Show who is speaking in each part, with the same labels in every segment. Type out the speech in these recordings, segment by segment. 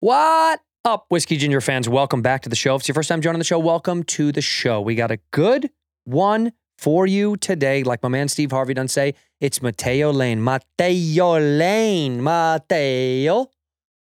Speaker 1: What up, Whiskey Ginger fans? Welcome back to the show. If it's your first time joining the show, welcome to the show. We got a good one for you today. Like my man Steve Harvey done say, it's Mateo Lane. Mateo Lane. Mateo.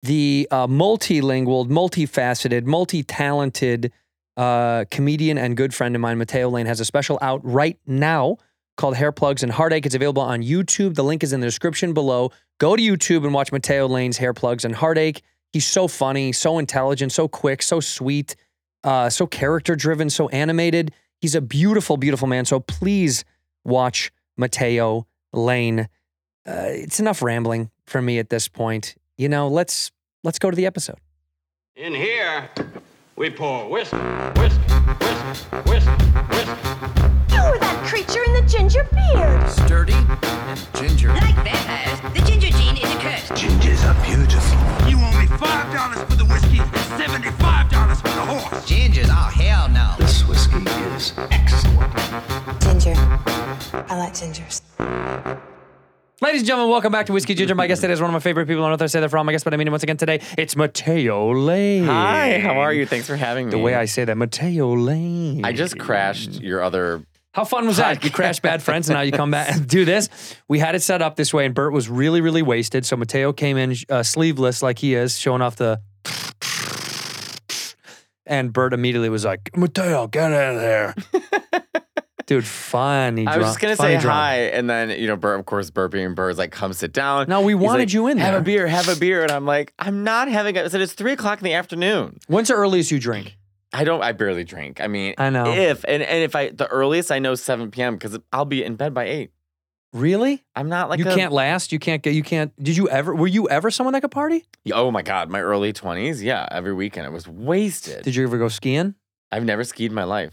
Speaker 1: The uh, multilingual, multifaceted, multi-talented uh, comedian and good friend of mine, Mateo Lane, has a special out right now called Hair Plugs and Heartache. It's available on YouTube. The link is in the description below. Go to YouTube and watch Mateo Lane's Hair Plugs and Heartache. He's so funny, so intelligent, so quick, so sweet, uh, so character driven, so animated. He's a beautiful, beautiful man. So please watch Mateo Lane. Uh, it's enough rambling for me at this point. You know, let's let's go to the episode.
Speaker 2: In here, we pour whisk, whisk, whisk, whisk, whisk.
Speaker 3: You were that creature in the ginger beard.
Speaker 4: sturdy and ginger.
Speaker 5: Like vampires, the ginger gene is a curse.
Speaker 6: Gingers are beautiful.
Speaker 7: You owe me five dollars for the whiskey and seventy-five dollars for the horse.
Speaker 4: Gingers? Oh, hell no.
Speaker 6: This whiskey is excellent.
Speaker 8: Ginger. I like gingers.
Speaker 1: Ladies and gentlemen, welcome back to Whiskey Ginger. My guest today is one of my favorite people on earth. I say that from my guest, but I mean it once again today. It's Mateo Lane.
Speaker 9: Hi, how are you? Thanks for having me.
Speaker 1: The way I say that, Mateo Lane.
Speaker 9: I just crashed your other.
Speaker 1: How fun was that? You crash bad friends and now you come back and do this. We had it set up this way, and Bert was really, really wasted. So Mateo came in uh, sleeveless, like he is, showing off the. And Bert immediately was like, Mateo, get out of there. Dude, funny.
Speaker 9: I was just gonna say
Speaker 1: drama.
Speaker 9: hi, and then you know, Bert, of course, burping and Bert's like, "Come sit down."
Speaker 1: No, we
Speaker 9: He's
Speaker 1: wanted
Speaker 9: like,
Speaker 1: you in
Speaker 9: Have
Speaker 1: there.
Speaker 9: a beer, have a beer, and I'm like, "I'm not having." A, I said it's three o'clock in the afternoon.
Speaker 1: When's the earliest you drink?
Speaker 9: I don't. I barely drink. I mean,
Speaker 1: I know.
Speaker 9: if and and if I the earliest I know is seven p.m. because I'll be in bed by eight.
Speaker 1: Really?
Speaker 9: I'm not like
Speaker 1: you
Speaker 9: a-
Speaker 1: can't last. You can't get. You can't. Did you ever? Were you ever someone that could party?
Speaker 9: Oh my god, my early twenties. Yeah, every weekend I was wasted.
Speaker 1: Did you ever go skiing?
Speaker 9: I've never skied in my life.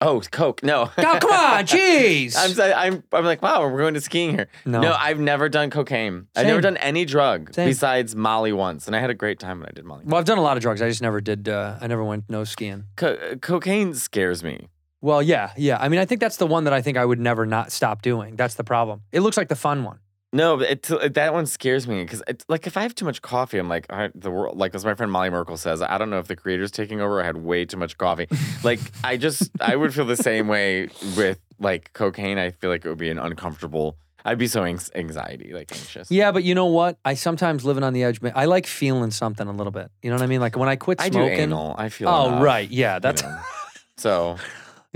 Speaker 9: Oh, Coke. No.
Speaker 1: Oh, come on, jeez.
Speaker 9: I'm, so- I'm I'm like, wow, we're going to skiing here.
Speaker 1: No.
Speaker 9: I've never done cocaine.
Speaker 1: Same.
Speaker 9: I've never done any drug
Speaker 1: Same.
Speaker 9: besides Molly once, and I had a great time when I did Molly.
Speaker 1: well, I've done a lot of drugs. I just never did. Uh, I never went no skiing.
Speaker 9: Co- uh, cocaine scares me.
Speaker 1: Well, yeah, yeah. I mean, I think that's the one that I think I would never not stop doing. That's the problem. It looks like the fun one.
Speaker 9: No, but it, that one scares me because like if I have too much coffee, I'm like, all right, the world. Like as my friend Molly Merkel says, I don't know if the creator's taking over. I had way too much coffee. like I just, I would feel the same way with like cocaine. I feel like it would be an uncomfortable. I'd be so anx- anxiety, like anxious.
Speaker 1: Yeah, but you know what? I sometimes living on the edge. ma- I like feeling something a little bit. You know what I mean? Like when I quit
Speaker 9: I
Speaker 1: smoking.
Speaker 9: do anal. I feel.
Speaker 1: oh,
Speaker 9: enough.
Speaker 1: right. Yeah, that's.
Speaker 9: know. So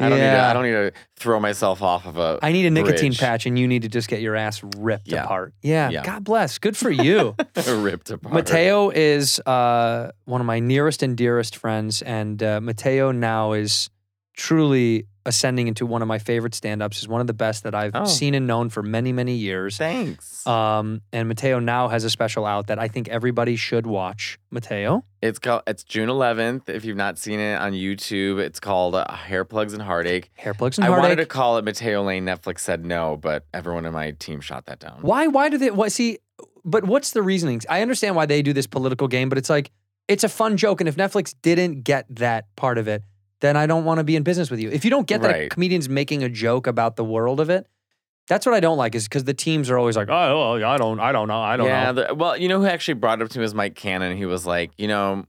Speaker 9: I don't need to,
Speaker 1: Yeah.
Speaker 9: I don't need to throw myself off of a.
Speaker 1: I need a nicotine
Speaker 9: bridge.
Speaker 1: patch, and you need to just get your ass ripped
Speaker 9: Yeah.
Speaker 1: apart. Yeah.
Speaker 9: Yeah.
Speaker 1: God bless. Good for you.
Speaker 9: ripped apart.
Speaker 1: Mateo is uh, one of my nearest and dearest friends, and uh, Mateo now is truly ascending into one of my favorite stand-ups. is one of the best that I've
Speaker 9: Oh.
Speaker 1: seen and known for many, many years.
Speaker 9: Thanks.
Speaker 1: Um, and Mateo now has a special out that I think everybody should watch. Mateo,
Speaker 9: it's called. It's June 11th. If you've not seen it on YouTube, it's called uh, Hair Plugs and Heartache.
Speaker 1: hair plugs and
Speaker 9: I wanted to
Speaker 1: heartache.
Speaker 9: call it Mateo Lane. Netflix said no, but everyone in my team shot that down.
Speaker 1: Why? Why do they? What? See, but what's the reasoning? I understand why they do this political game, but it's like it's a fun joke, and if Netflix didn't get that part of it, then I don't want to be in business with you. If you don't get that a
Speaker 9: Right.
Speaker 1: comedian's making a joke about the world of it, that's what I don't like. Is because the teams are always like, oh, well, I don't, I don't know, I don't
Speaker 9: yeah,
Speaker 1: know.
Speaker 9: the- well, you know who actually brought it up to me was Mike Cannon. He was like, you know,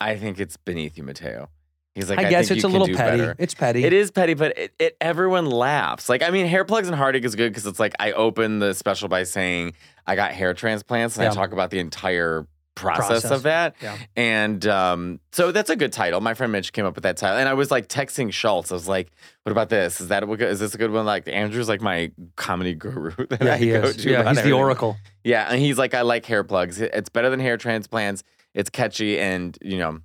Speaker 9: I think it's beneath you, Mateo. He's like, I,
Speaker 1: I guess
Speaker 9: think
Speaker 1: it's
Speaker 9: you
Speaker 1: a
Speaker 9: can
Speaker 1: little
Speaker 9: do
Speaker 1: petty.
Speaker 9: better."
Speaker 1: It's petty.
Speaker 9: It is petty, but it, it everyone laughs. Like I mean, hair plugs and heartache is good because it's like I open the special by saying I got hair transplants, and
Speaker 1: Yeah.
Speaker 9: I talk about the entire process,
Speaker 1: Process.
Speaker 9: of that.
Speaker 1: Yeah.
Speaker 9: And um, so that's a good title. My friend Mitch came up with that title, and I was like texting Schultz. I was like, "What about this? Is that a- is this a good one?" Like Andrew's like my comedy guru. That
Speaker 1: Yeah,
Speaker 9: I
Speaker 1: he
Speaker 9: go
Speaker 1: is.
Speaker 9: to
Speaker 1: Yeah,
Speaker 9: about
Speaker 1: he's the
Speaker 9: everything.
Speaker 1: oracle.
Speaker 9: Yeah, and he's like, "I like hair plugs. It- It's better than hair transplants. It's catchy, and you know,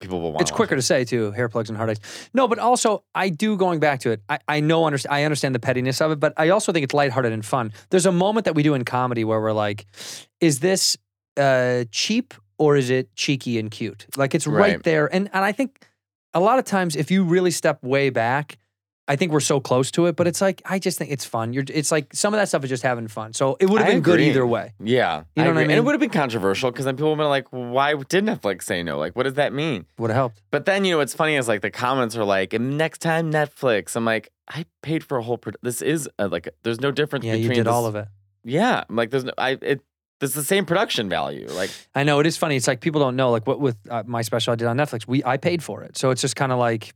Speaker 9: people will want."
Speaker 1: It's quicker to say too, hair plugs and heartaches. No, but also I do going back to it. I, I know understand I understand the pettiness of it, but I also think it's lighthearted and fun. There's a moment that we do in comedy where we're like, is this uh, cheap or is it cheeky and cute? Like it's right,
Speaker 9: Right.
Speaker 1: there, and and I think a lot of times if you really step way back. I think we're so close to it, but it's like I just think it's fun. You're, it's like some of that stuff is just having fun. So it would have
Speaker 9: I
Speaker 1: been good
Speaker 9: agree.
Speaker 1: either way.
Speaker 9: Yeah.
Speaker 1: You know what I
Speaker 9: agree. And it
Speaker 1: mean?
Speaker 9: would have been controversial because then people would have been like, why did Netflix say no? Like, what does that mean?
Speaker 1: Would have helped.
Speaker 9: But then, you know, what's funny is like the comments are like, "And next time Netflix. I'm like, I paid for a whole, pro- this is a, like, there's no difference
Speaker 1: Yeah,
Speaker 9: between
Speaker 1: you did
Speaker 9: this-
Speaker 1: all of it.
Speaker 9: Yeah. I'm like, there's no, I, it, It's the same production value. Like
Speaker 1: I know it is funny. It's like people don't know like what with uh, my special I did on Netflix. We I paid for it, so it's just kind of like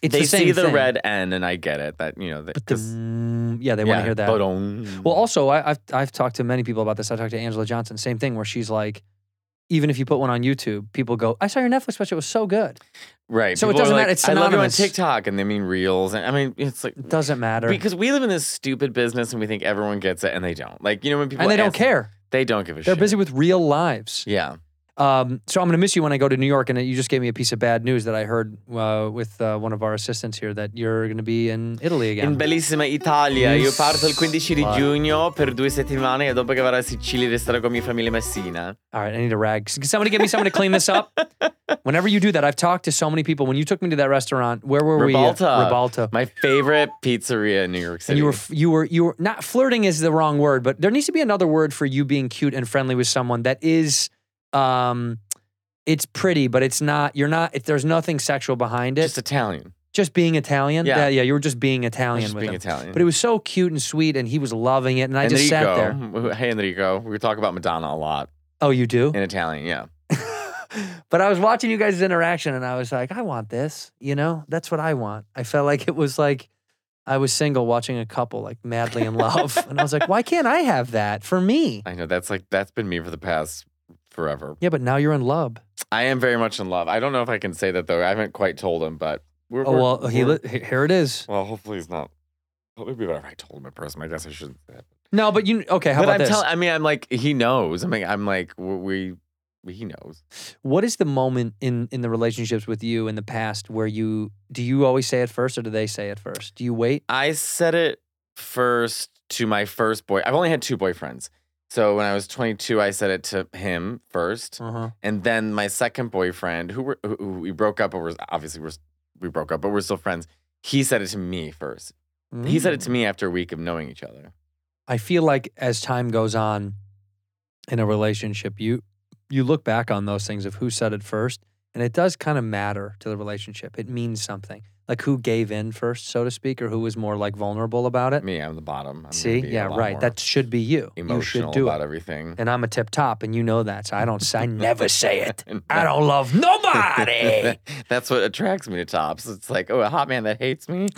Speaker 1: it's
Speaker 9: they
Speaker 1: the same
Speaker 9: see the
Speaker 1: thing.
Speaker 9: red N, and I get it. That you know, they,
Speaker 1: But the, mm, yeah, they want to hear that. Well,
Speaker 9: Well,
Speaker 1: also, I, I've I've talked to many people about this. I talked to Angela Johnson. Same thing, where she's like, even if you put one on YouTube, people go, "I saw your Netflix special; it was so good."
Speaker 9: right.
Speaker 1: so it
Speaker 9: People are
Speaker 1: doesn't
Speaker 9: like,
Speaker 1: matter, it's
Speaker 9: I love you on
Speaker 1: synonymous.
Speaker 9: TikTok, and they mean reels, and I mean it's like
Speaker 1: It doesn't matter,
Speaker 9: because we live in this stupid business, and we think everyone gets it, and they don't. Like you know, when people
Speaker 1: and they don't
Speaker 9: ask-
Speaker 1: care.
Speaker 9: they don't give a
Speaker 1: They're
Speaker 9: shit.
Speaker 1: busy with real lives.
Speaker 9: Yeah,
Speaker 1: Um, so I'm gonna miss you when I go to New York. And you just gave me a piece of bad news that I heard uh, with uh, one of our assistants here that you're gonna be in Italy again.
Speaker 9: in bellissima Italia. Io
Speaker 1: Yes.
Speaker 9: parto il 15 di
Speaker 1: Wow.
Speaker 9: giugno per due settimane, e dopo che vado a Sicilia resterò con mia famiglia a Messina.
Speaker 1: All right, I need a rag. Can somebody give me someone to clean this up? Whenever you do that, I've talked to so many people. When you took me to that restaurant, where were we?
Speaker 9: Ribalta,
Speaker 1: Ribalta.
Speaker 9: my favorite pizzeria in New York City.
Speaker 1: and you were you were you were not flirting is the wrong word, but there needs to be another word for you being cute and friendly with someone that is um it's pretty, but it's not you're not it, there's nothing sexual behind it.
Speaker 9: just
Speaker 1: Just,
Speaker 9: Italian.
Speaker 1: being Italian.
Speaker 9: Yeah.
Speaker 1: Yeah. yeah, you were just being Italian
Speaker 9: Just
Speaker 1: with
Speaker 9: being
Speaker 1: him.
Speaker 9: Italian.
Speaker 1: But it was so cute and sweet and he was loving it and I just sat there.
Speaker 9: Enrico. Hey, Enrico. We talk about Madonna a lot
Speaker 1: Oh, you do?
Speaker 9: in Italian. Yeah.
Speaker 1: But I was watching you guys' interaction and I was like, I want this, you know? That's what I want. I felt like it was like I was single watching a couple like madly in love. and I was like, why can't I have that for me?
Speaker 9: I know. That's like, that's been me for the past forever.
Speaker 1: Yeah, but now you're in love.
Speaker 9: I am very much in love. I don't know if I can say that, though. I haven't quite told him, but we're.
Speaker 1: Oh
Speaker 9: we're-
Speaker 1: well, he
Speaker 9: we're-
Speaker 1: li- he- here it is.
Speaker 9: well, hopefully he's not. Hopefully, it'd be better if I told him in person. I guess I shouldn't say that.
Speaker 1: No, but you okay? How
Speaker 9: but
Speaker 1: about
Speaker 9: I'm
Speaker 1: this?
Speaker 9: telling, I mean, I'm like, he knows. I mean, I'm like, we, we he knows.
Speaker 1: what is the moment in in the relationships with you in the past where you do you always say it first or do they say it first? Do you wait?
Speaker 9: I said it first to my first boy. I've only had two boyfriends. So when I was 22, I said it to him first.
Speaker 1: Uh-huh.
Speaker 9: And then my second boyfriend, who, were, who, who we broke up, but we're obviously we're, we broke up, but we're still friends. He said it to me first.
Speaker 1: Mm.
Speaker 9: He said it to me after a week of knowing each other.
Speaker 1: I feel like as time goes on in a relationship, you you look back on those things of who said it first, and it does kind of matter to the relationship. It means something, like who gave in first, so to speak, or who was more like vulnerable about it.
Speaker 9: Me, I'm the bottom. I'm gonna
Speaker 1: See,
Speaker 9: be a
Speaker 1: yeah,
Speaker 9: lot
Speaker 1: right.
Speaker 9: more
Speaker 1: That should be you. You
Speaker 9: emotional
Speaker 1: should do
Speaker 9: about
Speaker 1: it.
Speaker 9: everything.
Speaker 1: and I'm a tip top, and you know that. So I don't. s- I never say it.
Speaker 9: And
Speaker 1: I
Speaker 9: that-
Speaker 1: don't love nobody.
Speaker 9: That's what attracts me to tops. It's like, oh, a hot man that hates me.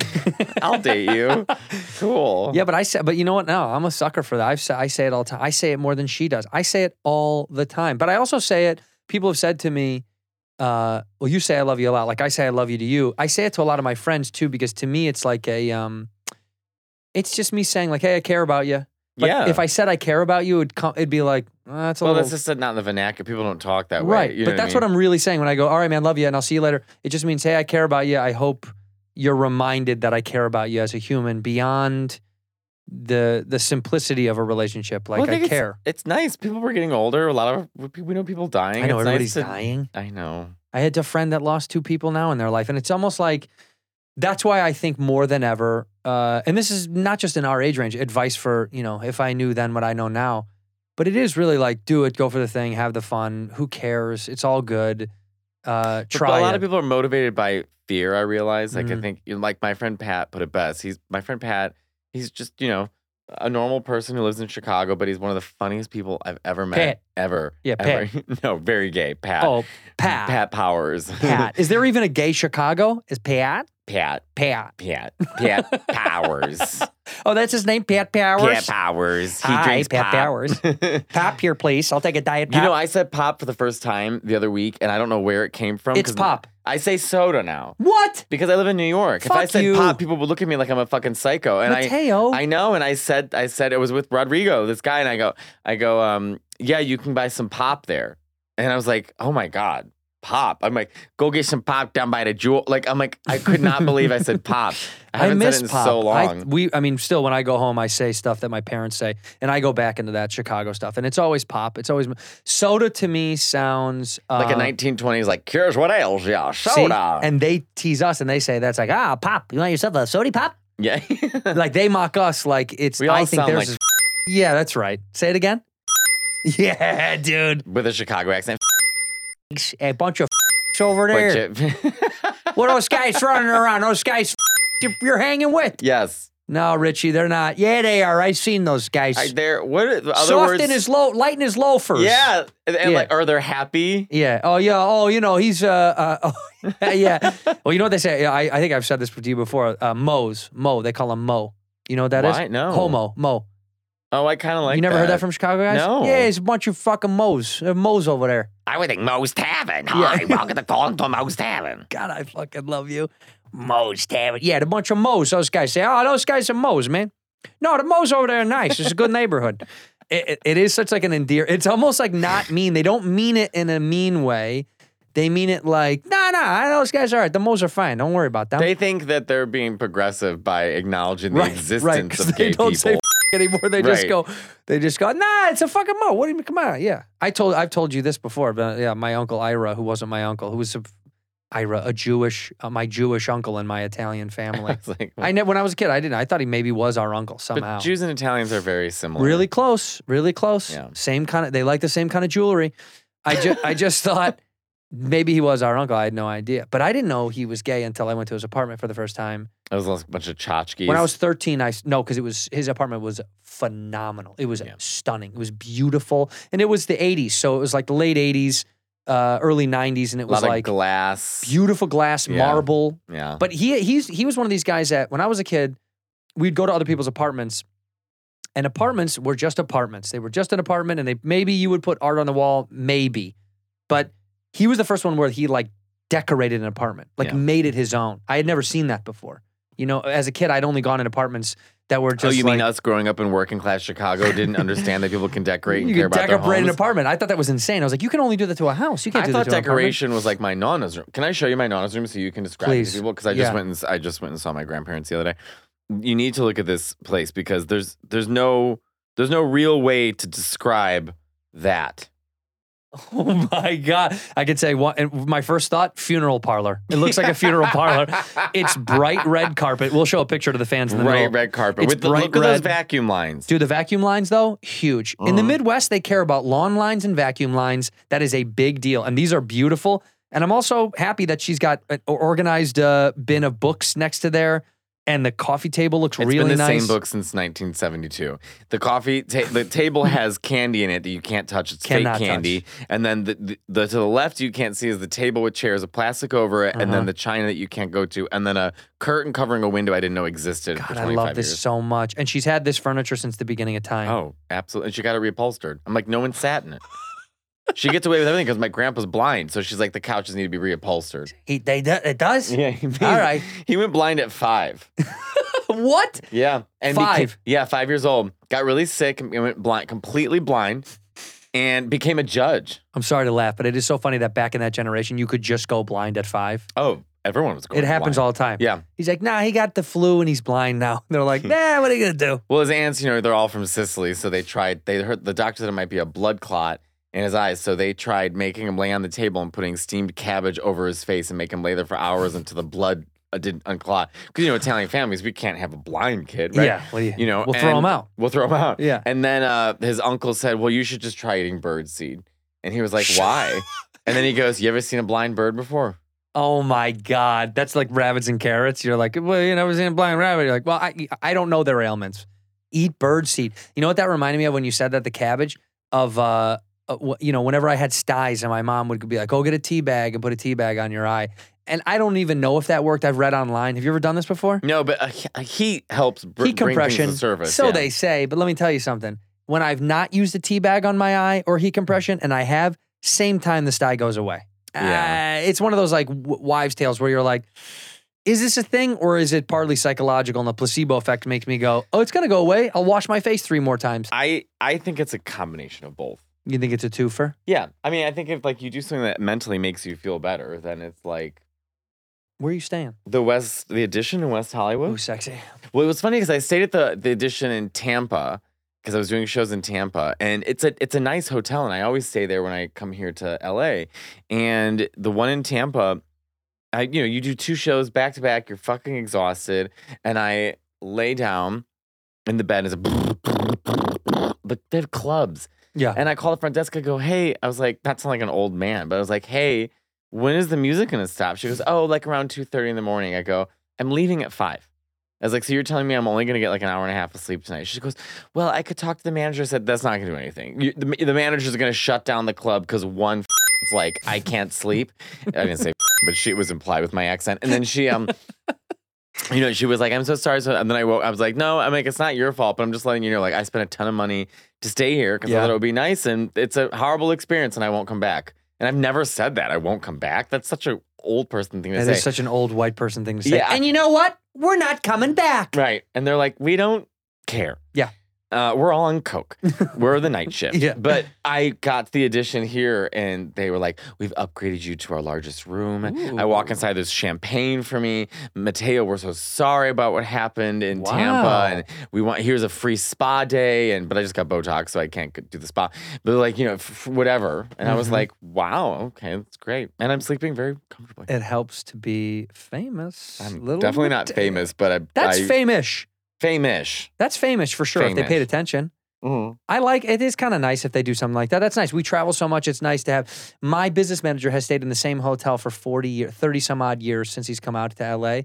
Speaker 9: I'll date you. Cool.
Speaker 1: yeah, but I say, but you know what? No, I'm a sucker for that. I've sa- I say it all the time. I say it more than she does. I say it all the time. But I also say it. People have said to me, uh, "Well, you say I love you a lot." Like I say I love you to you. I say it to a lot of my friends too, because to me it's like a, um, it's just me saying like, "Hey, I care about you." Like,
Speaker 9: yeah.
Speaker 1: If I said I care about you, it'd come. It'd be like, oh, "That's a
Speaker 9: well,
Speaker 1: little."
Speaker 9: that's just not in the vernacular. People don't talk that way.
Speaker 1: right.
Speaker 9: You know
Speaker 1: but that's what
Speaker 9: I mean?
Speaker 1: I'm really saying when I go, all right, man, love you, and I'll see you later. It just means, hey, I care about you. I hope you're reminded that I care about you as a human beyond the the simplicity of a relationship. Like
Speaker 9: Well,
Speaker 1: I,
Speaker 9: think it's-
Speaker 1: care.
Speaker 9: It's, nice. People were getting older. A lot of we- we know people dying.
Speaker 1: I know
Speaker 9: It's nice
Speaker 1: everybody's
Speaker 9: to-
Speaker 1: dying.
Speaker 9: I know.
Speaker 1: I had a friend that lost two people now in their life, and it's almost like that's why I think more than ever. Uh, and this is not just in our age range. Advice for you know, if I knew then what I know now, but it is really like do it, go for the thing, have the fun. Who cares? It's all good. Uh,
Speaker 9: But
Speaker 1: try
Speaker 9: a lot
Speaker 1: it.
Speaker 9: of people are motivated by fear. I realize. Like I
Speaker 1: Mm.
Speaker 9: think, you know, like my friend Pat put it best. He's my friend Pat. He's just you know a normal person who lives in Chicago, but he's one of the funniest people I've ever met.
Speaker 1: Pat.
Speaker 9: Ever.
Speaker 1: Yeah,
Speaker 9: ever. no, very gay. Pat.
Speaker 1: oh, Pat.
Speaker 9: Pat Powers.
Speaker 1: Pat. Is there even a gay Chicago? Is Pat?
Speaker 9: Pat.
Speaker 1: Pat.
Speaker 9: Pat. Pat Powers.
Speaker 1: Oh, that's his name, Pat
Speaker 9: Pat
Speaker 1: Powers.
Speaker 9: Powers. He
Speaker 1: Hi,
Speaker 9: drinks
Speaker 1: Pat
Speaker 9: pop.
Speaker 1: Powers. Pop here, please. I'll take a diet pop.
Speaker 9: You know, I said pop for the first time the other week, and I don't know where it came from.
Speaker 1: It's
Speaker 9: 'cause
Speaker 1: pop.
Speaker 9: I say soda now
Speaker 1: what?
Speaker 9: because I live in New York. if I
Speaker 1: Fuck
Speaker 9: said
Speaker 1: you.
Speaker 9: pop, people would look at me like I'm a fucking psycho. And
Speaker 1: Mateo.
Speaker 9: I, I know. And I said, I said it was with Rodrigo, this guy, and I go, I go, um, yeah, you can buy some pop there, and I was like, oh my god. Pop. I'm like, go get some pop down by the jewel. Like, I'm like, I could not believe I said pop. I haven't
Speaker 1: miss
Speaker 9: said it in
Speaker 1: pop.
Speaker 9: so
Speaker 1: I-
Speaker 9: long.
Speaker 1: we, I mean, still, when I go home, I say stuff that my parents say, and I go back into that Chicago stuff, and it's always pop. It's always soda to me sounds uh,
Speaker 9: like a 1920s, like, here's what else, yeah,
Speaker 1: see?
Speaker 9: soda.
Speaker 1: and they tease us, and they say that's like ah pop. You want yourself a soda pop?
Speaker 9: yeah.
Speaker 1: like they mock us like it's
Speaker 9: We all
Speaker 1: I think
Speaker 9: sound
Speaker 1: there's
Speaker 9: like-
Speaker 1: Yeah, that's right. Say it again. Yeah, dude.
Speaker 9: With a Chicago accent.
Speaker 1: A bunch of over there.
Speaker 9: Bunch of-
Speaker 1: What are those guys running around? Those guys you're, you're hanging with.
Speaker 9: yes.
Speaker 1: No, Richie, they're not. Yeah, they are. I've seen those guys.
Speaker 9: I, they're what? Are, other
Speaker 1: Soft
Speaker 9: words,
Speaker 1: in his low, light in his loafers.
Speaker 9: Yeah, and, and
Speaker 1: Yeah.
Speaker 9: like, are they happy?
Speaker 1: Yeah. Oh, yeah. Oh, you know, he's, uh, uh oh, yeah. Well, you know what they say? Yeah, I, I think I've said this to you before. Uh, Mo's. Mo. They call him Mo. You know what that is?
Speaker 9: Why? No.
Speaker 1: Homo. Mo.
Speaker 9: Oh, I kind of like.
Speaker 1: you never heard that from Chicago guys?
Speaker 9: No.
Speaker 1: Yeah, it's a bunch of fucking Mo's. There are Mo's over there.
Speaker 9: I would think Moe's Tavern.
Speaker 1: Yeah.
Speaker 9: Hi, welcome to calling to Moe's Tavern.
Speaker 1: God, I fucking love you. Mo's, damn it. Yeah, the bunch of Mo's. Those guys say, oh, those guys are Mo's, man. No, the Mo's over there are nice. It's a good neighborhood. It, it, it is such like an endear. It's almost like not mean. They don't mean it in a mean way. They mean it like, nah, nah, those guys are all right. The Mo's are fine. Don't worry about them.
Speaker 9: They think that they're being progressive by acknowledging the existence
Speaker 1: 'cause
Speaker 9: of
Speaker 1: they
Speaker 9: gay
Speaker 1: don't
Speaker 9: people.
Speaker 1: say f- anymore. They just
Speaker 9: Right.
Speaker 1: go, they just go, nah, it's a fucking mo. What do you mean? Come on, yeah. I told, I've told you this before, but yeah, my uncle Ira, who wasn't my uncle, who was a, Ira, a Jewish, uh, my Jewish uncle in my Italian family.
Speaker 9: It's like,
Speaker 1: I never, when I was a kid, I didn't. I thought he maybe was our uncle
Speaker 9: but
Speaker 1: somehow.
Speaker 9: Jews and Italians are very similar.
Speaker 1: Really close, really close.
Speaker 9: Yeah.
Speaker 1: Same kind of. They like the same kind of jewelry. I just, I just thought maybe he was our uncle. I had no idea, but I didn't know he was gay until I went to his apartment for the first time.
Speaker 9: It was a bunch of tchotchkes.
Speaker 1: When I was 13, I s- no, because it was his apartment was phenomenal. It was
Speaker 9: Yeah.
Speaker 1: stunning. It was beautiful, and it was the 80s, so it was like the late 80s, uh, early 90s, and it
Speaker 9: a
Speaker 1: was
Speaker 9: lot
Speaker 1: like
Speaker 9: of glass.
Speaker 1: beautiful glass,
Speaker 9: Yeah.
Speaker 1: marble.
Speaker 9: yeah.
Speaker 1: But he he's he was one of these guys that when I was a kid, we'd go to other people's apartments, and apartments were just apartments. They were just an apartment, and they maybe you would put art on the wall, maybe. But he was the first one where he like decorated an apartment, like
Speaker 9: Yeah.
Speaker 1: made it his own. I had never seen that before. You know, as a kid, I'd only gone in apartments that were just
Speaker 9: oh, you
Speaker 1: like,
Speaker 9: mean us growing up in working class Chicago didn't understand that people can decorate and
Speaker 1: you
Speaker 9: care
Speaker 1: could
Speaker 9: about their homes?
Speaker 1: decorate an apartment. I thought that was insane. I was like, you can only do that to a house. You can't
Speaker 9: I
Speaker 1: do
Speaker 9: thought
Speaker 1: that to an apartment.
Speaker 9: decoration was like my nonna's room. Can I show you my nonna's room so you can describe it
Speaker 1: Please.
Speaker 9: to people? Because I just
Speaker 1: Yeah.
Speaker 9: went and s- I just went and saw my grandparents the other day. You need to look at this place because there's there's no there's no real way to describe that.
Speaker 1: Oh my god! I could say one. And my first thought: funeral parlor. It looks like a funeral parlor. It's bright red carpet. We'll show a picture to the fans in the
Speaker 9: Right,
Speaker 1: middle.
Speaker 9: red carpet
Speaker 1: It's
Speaker 9: with the
Speaker 1: bright
Speaker 9: look at those
Speaker 1: red.
Speaker 9: vacuum lines.
Speaker 1: Dude, the vacuum lines though, huge. In the
Speaker 9: Mm.
Speaker 1: Midwest, they care about lawn lines and vacuum lines. That is a big deal, and these are beautiful. And I'm also happy that she's got an organized uh, bin of books next to there, and the coffee table looks
Speaker 9: It's
Speaker 1: really
Speaker 9: been the
Speaker 1: nice.
Speaker 9: same book since 1972. The coffee ta- the table has candy in it that you can't touch. It's
Speaker 1: Cannot
Speaker 9: fake candy. And then the, the, the to the left you can't see is the table with chairs of plastic over it, and
Speaker 1: Uh-huh.
Speaker 9: then the china that you can't go to, and then a curtain covering a window I didn't know existed. for
Speaker 1: God, I
Speaker 9: 25
Speaker 1: love this
Speaker 9: years.
Speaker 1: so much. And she's had this furniture since the beginning of time.
Speaker 9: Oh, absolutely. And she got it reupholstered. I'm like, no one sat in it. she gets away with everything because my grandpa's blind, so she's like, the couches need to be reupholstered.
Speaker 1: He, they, it does.
Speaker 9: he
Speaker 1: All right.
Speaker 9: He went blind at five.
Speaker 1: what?
Speaker 9: Yeah. And beca-
Speaker 1: Five.
Speaker 9: yeah, five years old. Got really sick and went blind, completely blind, and became a judge.
Speaker 1: I'm sorry to laugh, but it is so funny that back in that generation, you could just go blind at five.
Speaker 9: Oh, everyone was going.
Speaker 1: it happens all the time.
Speaker 9: Yeah. Hmm.
Speaker 1: He's like, nah, he got the flu and he's blind now. they're like, nah, what are you going to do?
Speaker 9: Well, his aunts, you know, they're all from Sicily, so they tried. They heard the doctor said it might be a blood clot in his eyes, so they tried making him lay on the table and putting steamed cabbage over his face and make him lay there for hours until the blood uh, didn't unclot. Because you know, Italian families, we can't have a blind kid, right?
Speaker 1: Yeah, what do you-
Speaker 9: you know,
Speaker 1: we'll throw
Speaker 9: and-
Speaker 1: him out.
Speaker 9: We'll throw him out.
Speaker 1: Yeah.
Speaker 9: And then uh, his uncle said, "Well, you should just try eating bird seed," and he was like, "Why?" and then he goes, "You ever seen a blind bird before?"
Speaker 1: Oh my God. That's like rabbits and carrots. You're like, well, you never seen a blind rabbit. You're like, well, I, I don't know their ailments. Eat bird seed. You know what that reminded me of when you said that? The cabbage of, uh, uh, wh- you know, whenever I had styes and my mom would be like, go get a tea bag and put a tea bag on your eye. And I don't even know if that worked. I've read online. Have you ever done this before?
Speaker 9: No, but uh, he- uh, heat helps br-
Speaker 1: heat compression.
Speaker 9: Bring things to surface.
Speaker 1: so
Speaker 9: yeah.
Speaker 1: they say, but let me tell you something. When I've not used a tea bag on my eye or heat compression, and I have, same time the sty goes away.
Speaker 9: Yeah.
Speaker 1: Uh, it's one of those like w- wives' tales where you're like, is this a thing or is it partly psychological and the placebo effect makes me go, oh, it's going to go away. I'll wash my face three more times.
Speaker 9: I I think it's a combination of both.
Speaker 1: You think it's a twofer?
Speaker 9: Yeah, I mean, I think if like you do something that mentally makes you feel better, then it's like
Speaker 1: Where are you staying?
Speaker 9: the West, the Edition in West
Speaker 1: Ooh,
Speaker 9: Hollywood.
Speaker 1: sexy.
Speaker 9: Well, it was funny because I stayed at the the Edition in Tampa because I was doing shows in Tampa, and it's a it's a nice hotel, and I always stay there when I come here to LA, and the one in Tampa, I you know you do two shows back to back, you're fucking exhausted, and I lay down in the bed and it's a but they have clubs.
Speaker 1: Yeah.
Speaker 9: And I called the front desk. I go, hey, I was like, that sounds like an old man, but I was like, hey, when is the music gonna stop? She goes, oh, like around 2.30 in the morning. I go, I'm leaving at five. I was like, so you're telling me I'm only going to get like an hour and a half of sleep tonight? She goes, well, I could talk to the manager. I said, that's not going to do anything. You, the, the manager's going to shut down the club because one it's like, I can't sleep. I didn't say, but she it was implied with my accent. And then she, um, you know, she was like, I'm so sorry. So, and then I woke, I was like, no, I'm like, it's not your fault, but I'm just letting you know, like, I spent a ton of money to stay here because I
Speaker 1: Yeah.
Speaker 9: thought it would be nice and it's a horrible experience and I won't come back. And I've never said that. I won't come back. That's such a old person thing to
Speaker 1: That
Speaker 9: say.
Speaker 1: is such an old white person thing to say.
Speaker 9: Yeah.
Speaker 1: And you know what? We're not coming back.
Speaker 9: Right. And they're like, we don't care.
Speaker 1: Yeah.
Speaker 9: Uh, we're all on Coke. We're the night shift.
Speaker 1: Yeah.
Speaker 9: But I got to the addition here and they were like, we've upgraded you to our largest room. I walk inside, there's champagne for me. Mateo, we're so sorry about what happened in
Speaker 1: Wow.
Speaker 9: Tampa. And we want, here's a free spa day. And, but I just got Botox, so I can't do the spa. But like, you know, f- whatever. And I was
Speaker 1: Mm-hmm.
Speaker 9: like, wow, okay, that's great. And I'm sleeping very comfortably.
Speaker 1: It helps to be famous.
Speaker 9: I'm
Speaker 1: Little
Speaker 9: definitely
Speaker 1: bit-
Speaker 9: not famous, but I,
Speaker 1: That's
Speaker 9: I,
Speaker 1: famish.
Speaker 9: famish.
Speaker 1: That's famish for sure if they
Speaker 9: Famish.
Speaker 1: paid attention. I like it is kind of nice if they do something like that. That's nice. We travel so much. It's nice to have my business manager has stayed in the same hotel for 40 year 30 some odd years since he's come out to LA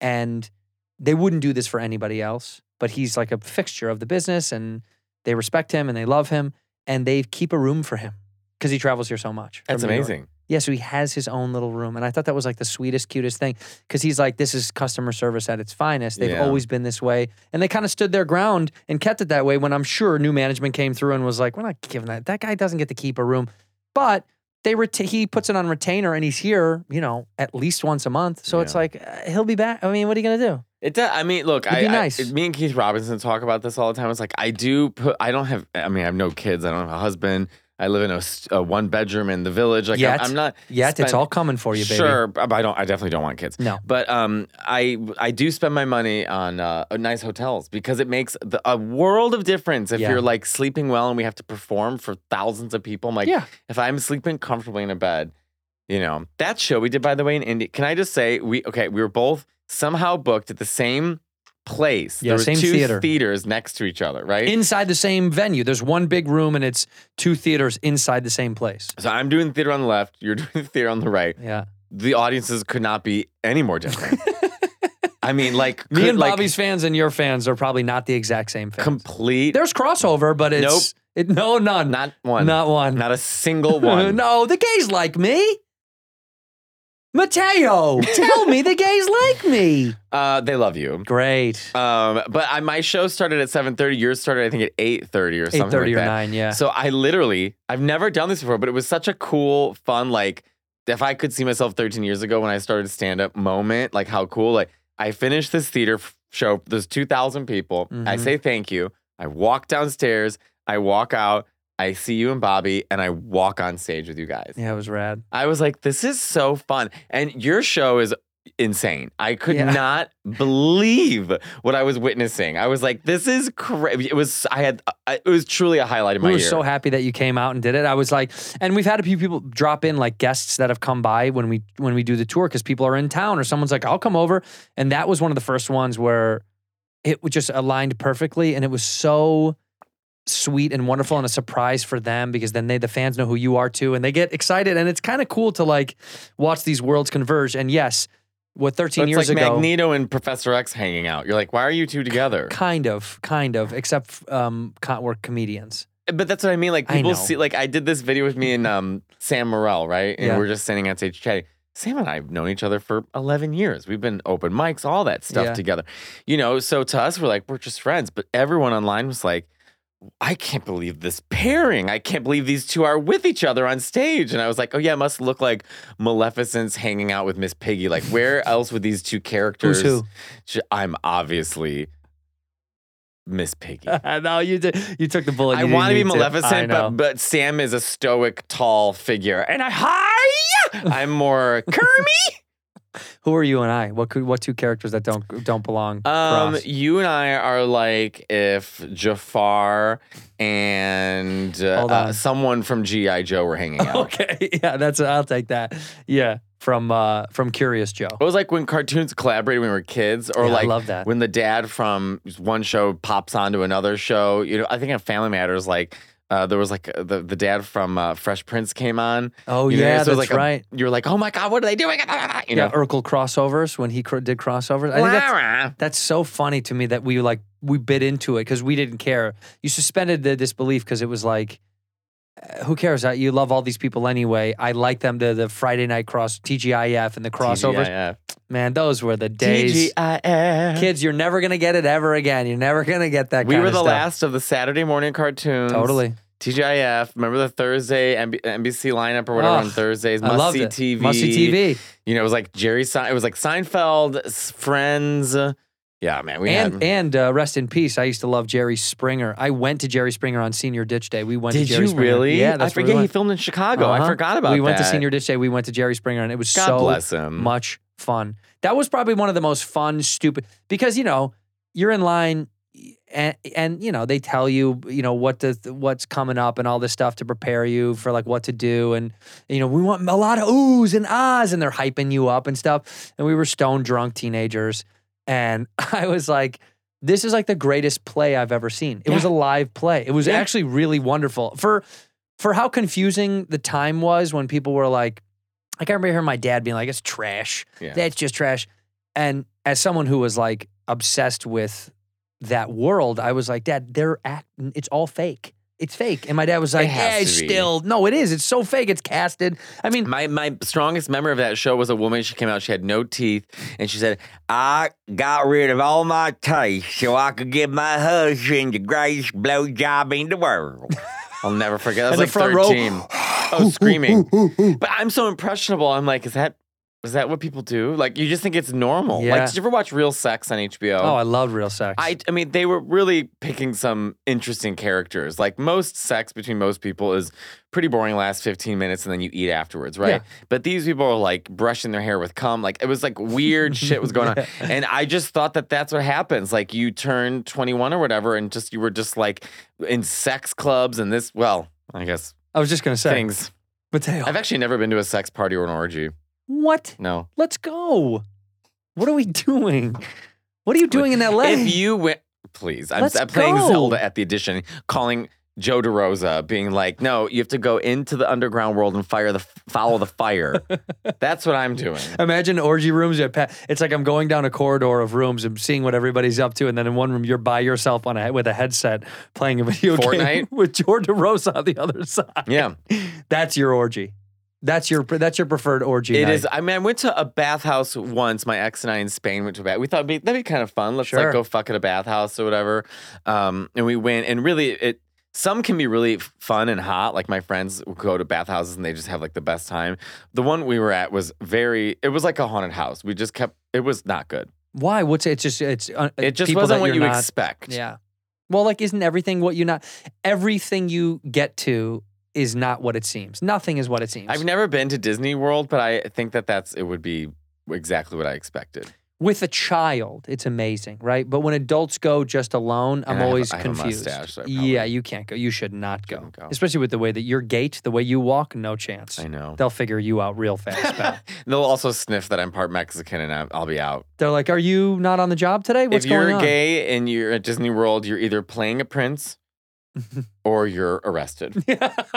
Speaker 1: and they wouldn't do this for anybody else, but he's like a fixture of the business and they respect him and they love him and they keep a room for him cuz he travels here so much. from
Speaker 9: That's
Speaker 1: New York.
Speaker 9: amazing.
Speaker 1: Yeah, so he has his own little room. And I thought that was like the sweetest, cutest thing because he's like, this is customer service at its finest. They've
Speaker 9: Yeah.
Speaker 1: always been this way. And they kind of stood their ground and kept it that way when I'm sure new management came through and was like, we're not giving that. That guy doesn't get to keep a room. But they ret- he puts it on retainer and he's here, you know, at least once a month. So it's
Speaker 9: Yeah.
Speaker 1: like, uh, he'll be back. I mean, what are you going to do?
Speaker 9: It does. I mean, look,
Speaker 1: It'd
Speaker 9: I,
Speaker 1: be
Speaker 9: I-
Speaker 1: nice.
Speaker 9: it- me and Keith Robinson talk about this all the time. It's like I do put. I don't have. I mean, I have no kids. I don't have a husband. I live in a, s- a one bedroom in the village. Like
Speaker 1: Yet.
Speaker 9: I'm, I'm not.
Speaker 1: Yet it's
Speaker 9: spend-
Speaker 1: all coming for you, baby.
Speaker 9: Sure, but I don't. I definitely don't want kids.
Speaker 1: No.
Speaker 9: but um, I I do spend my money on uh, nice hotels because it makes the, a world of difference if
Speaker 1: Yeah.
Speaker 9: you're like sleeping well and we have to perform for thousands of people. I'm like,
Speaker 1: Yeah.
Speaker 9: if I'm sleeping comfortably in a bed, you know that show we did by the way in India. Can I just say we okay? We were both somehow booked at the same place.
Speaker 1: Yeah,
Speaker 9: there was
Speaker 1: same
Speaker 9: two
Speaker 1: theater.
Speaker 9: theaters next to each other, right?
Speaker 1: Inside the same venue, there's one big room and it's two theaters inside the same place.
Speaker 9: so I'm doing theater on the left. You're doing theater on the right.
Speaker 1: Yeah.
Speaker 9: The audiences could not be any more different. I mean, like
Speaker 1: Me
Speaker 9: could-
Speaker 1: and
Speaker 9: like,
Speaker 1: Bobby's fans and your fans are probably not the exact same fans.
Speaker 9: complete.
Speaker 1: There's crossover, but it's it, no, none.
Speaker 9: not one.
Speaker 1: Not one.
Speaker 9: Not a single one.
Speaker 1: no, the gays like me. Mateo, tell me the gays like me.
Speaker 9: Uh, they love you.
Speaker 1: Great.
Speaker 9: Um, but I, my show started at seven thirty. Yours started, I think, at eight thirty or something.
Speaker 1: 8:30
Speaker 9: like
Speaker 1: or
Speaker 9: that.
Speaker 1: 9, yeah.
Speaker 9: So I literally, I've never done this before, but it was such a cool, fun, like if I could see myself thirteen years ago when I started stand up moment, like how cool. Like I finished this theater f- show. There's two thousand people. I
Speaker 1: Mhm.
Speaker 9: say thank you. I walk downstairs. I walk out. I see you and Bobby, and I walk on stage with you guys.
Speaker 1: Yeah, it was rad.
Speaker 9: I was like, this is so fun. And your show is insane. I could
Speaker 1: Yeah.
Speaker 9: not believe what I was witnessing. I was like, this is crazy. It was, I had, uh, I, it was truly a highlight of my
Speaker 1: we were
Speaker 9: year.
Speaker 1: so happy that you came out and did it. I was like, and we've had a few people drop in like guests that have come by when we when we do the tour because people are in town or someone's like, I'll come over, and that was one of the first ones where it was just aligned perfectly, and it was so sweet and wonderful and a surprise for them because then they the fans know who you are too and they get excited and it's kind of cool to like watch these worlds converge and yes what 13
Speaker 9: So it's
Speaker 1: years
Speaker 9: like
Speaker 1: ago
Speaker 9: Magneto and Professor X hanging out. You're like, why are you two together?
Speaker 1: kind of kind of except um co- we're comedians
Speaker 9: But that's what I mean. Like
Speaker 1: I know.
Speaker 9: people see, like I did this video with me and um, Sam Morrell, right? And
Speaker 1: Yeah.
Speaker 9: we're just standing on stage chatting. Sam and I have known each other for 11 years. We've been open mics, all that stuff
Speaker 1: Yeah.
Speaker 9: together. You know, so to us, we're like, we're just friends. But everyone online was like, I can't believe this pairing. I can't believe these two are with each other on stage. And I was like, oh, yeah, it must look like Maleficent's hanging out with Miss Piggy. Like, where else would these two characters?
Speaker 1: who?
Speaker 9: Sh- I'm obviously Miss Piggy.
Speaker 1: no you did you took the bullet
Speaker 9: I want to be Maleficent, but, but Sam is a stoic, tall figure, and I hi. I'm more Kermit.
Speaker 1: Who are you and I? What could, what two characters that don't don't belong?
Speaker 9: Um,
Speaker 1: cross?
Speaker 9: you and I are like if Jafar and uh,
Speaker 1: Hold
Speaker 9: uh,
Speaker 1: on.
Speaker 9: someone from GI Joe were hanging out.
Speaker 1: okay, yeah, that's I'll take that. Yeah, from uh from Curious Joe.
Speaker 9: It was like when cartoons collaborated when we were kids, or
Speaker 1: Yeah, I
Speaker 9: like
Speaker 1: love that.
Speaker 9: when the dad from one show pops onto another show. You know, I think on Family Matters, like Uh, there was like uh, the, the dad from uh, Fresh Prince came on.
Speaker 1: Oh,
Speaker 9: You know,
Speaker 1: yeah,
Speaker 9: so it was
Speaker 1: that's
Speaker 9: like a-
Speaker 1: right.
Speaker 9: you were like, oh my god, what are they doing? You know,
Speaker 1: Yeah, Urkel crossovers when he cr- did crossovers. I think that's that's so funny to me that we like we bit into it because we didn't care. You suspended the disbelief because it was like, uh, who cares? Uh, You love all these people anyway. I like them. The the Friday night cross TGIF and the crossovers.
Speaker 9: TGIF.
Speaker 1: Man, those were the days.
Speaker 9: TGIF.
Speaker 1: Kids, you're never gonna get it ever again. You're never gonna get that.
Speaker 9: We
Speaker 1: kind
Speaker 9: were
Speaker 1: of
Speaker 9: the
Speaker 1: stuff.
Speaker 9: last of the Saturday morning cartoons.
Speaker 1: Totally.
Speaker 9: TGIF. Remember the Thursday MB- NBC lineup or whatever
Speaker 1: Ugh,
Speaker 9: on Thursdays?
Speaker 1: I
Speaker 9: Must
Speaker 1: loved
Speaker 9: see
Speaker 1: it.
Speaker 9: TV.
Speaker 1: Must see TV.
Speaker 9: You know, it was like Jerry. Se- it was like Seinfeld, S- Friends. Yeah, man. We
Speaker 1: and
Speaker 9: had.
Speaker 1: and uh, rest in peace. I used to love Jerry Springer. I went to Jerry Springer on Senior Ditch Day. We went.
Speaker 9: did
Speaker 1: to Jerry
Speaker 9: you
Speaker 1: Springer.
Speaker 9: really?
Speaker 1: Yeah, that's where we
Speaker 9: I forget he
Speaker 1: went.
Speaker 9: filmed in Chicago. I
Speaker 1: Uh-huh.
Speaker 9: forgot about.
Speaker 1: We went to
Speaker 9: that.
Speaker 1: Senior Ditch Day. We went to Jerry Springer, and it was
Speaker 9: God
Speaker 1: so
Speaker 9: bless him.
Speaker 1: much fun. That was probably one of the most fun, stupid because you know you're in line, and and you know they tell you you know what to what's coming up and all this stuff to prepare you for like what to do, and you know we want a lot of oohs and ahs, and they're hyping you up and stuff. And we were stone drunk teenagers, and I was like. This is like the greatest play I've ever seen. It was a live play. It was
Speaker 9: Yeah.
Speaker 1: actually really wonderful. For for how confusing the time was when people were like, I can remember hearing my dad being like, it's trash.
Speaker 9: Yeah.
Speaker 1: That's just trash. And as someone who was like obsessed with that world, I was like, Dad, they're acting, it's all fake. It's fake. And my dad was like,
Speaker 9: has
Speaker 1: Yeah,
Speaker 9: to
Speaker 1: it's
Speaker 9: be."
Speaker 1: still, no, it is. It's so fake. It's casted. I mean,
Speaker 9: My my strongest memory of that show was a woman. She came out. She had no teeth, and she said, "I got rid of all my teeth so I could give my husband the greatest blowjob in the world." I'll never forget. I was
Speaker 1: And the
Speaker 9: like
Speaker 1: front row,
Speaker 9: thirteen. I was screaming. But I'm so impressionable. I'm like, is that is that what people do? Like, you just think it's normal.
Speaker 1: Yeah.
Speaker 9: Like, did you ever watch Real Sex on HBO?
Speaker 1: oh, I love real sex.
Speaker 9: I, I mean, they were really picking some interesting characters. Like most sex between most people is pretty boring, last 15 minutes, and then you eat afterwards, right? But these people are like brushing their hair with cum. Like it was like weird shit was going on. And I just thought that that's what happens. Like you turn 21 or whatever, and just you were just like in sex clubs and this, well, I guess
Speaker 1: I was just going to say,
Speaker 9: things.
Speaker 1: Mateo,
Speaker 9: I've actually never been to a sex party or an orgy.
Speaker 1: what?
Speaker 9: No.
Speaker 1: Let's go. What are we doing? What are you doing in LA?
Speaker 9: If you went, please, I'm,
Speaker 1: Let's
Speaker 9: I'm playing
Speaker 1: go.
Speaker 9: Zelda at the edition, calling Joe DeRosa, being like, "No, you have to go into the underground world and fire the follow the fire." That's what I'm doing.
Speaker 1: Imagine orgy rooms. you pa- It's like I'm going down a corridor of rooms and seeing what everybody's up to, and then in one room you're by yourself on a with a headset playing a video game
Speaker 9: Fortnite?
Speaker 1: with George DeRosa on the other side.
Speaker 9: Yeah,
Speaker 1: That's your orgy. That's your that's your preferred orgy.
Speaker 9: it
Speaker 1: night.
Speaker 9: is. I mean, I went to a bathhouse once. My ex and I in Spain went to a bath. We thought it'd be, that'd be kind of fun. Let's
Speaker 1: Sure.
Speaker 9: like go fuck at a bathhouse or whatever. Um, and we went, and really, it some can be really f- fun and hot. Like my friends would go to bathhouses and they just have like the best time. The one we were at was very. It was like a haunted house. We just kept. It was not good.
Speaker 1: Why? What's it's just it's uh,
Speaker 9: It just
Speaker 1: people
Speaker 9: wasn't
Speaker 1: that
Speaker 9: what
Speaker 1: you're
Speaker 9: you
Speaker 1: not-
Speaker 9: expect.
Speaker 1: Yeah. Well, like isn't everything what you not everything you get to is not what it seems. Nothing is what it seems.
Speaker 9: I've never been to Disney World, but I think that that's it would be exactly what I expected.
Speaker 1: With a child, it's amazing, right? But when adults go just alone, I'm
Speaker 9: And I have-
Speaker 1: always
Speaker 9: I have a
Speaker 1: confused.
Speaker 9: mustache, so I probably
Speaker 1: yeah, you can't go. You should not go.
Speaker 9: shouldn't go.
Speaker 1: Especially with the way that your gait, the way you walk, no chance.
Speaker 9: I know.
Speaker 1: They'll figure you out real fast. pal.
Speaker 9: They'll also sniff that I'm part Mexican and I'm, I'll be out.
Speaker 1: They're like, "Are you not on the job today? What's
Speaker 9: if you're
Speaker 1: going on?"
Speaker 9: gay and you're at Disney World, you're either playing a prince or you're arrested.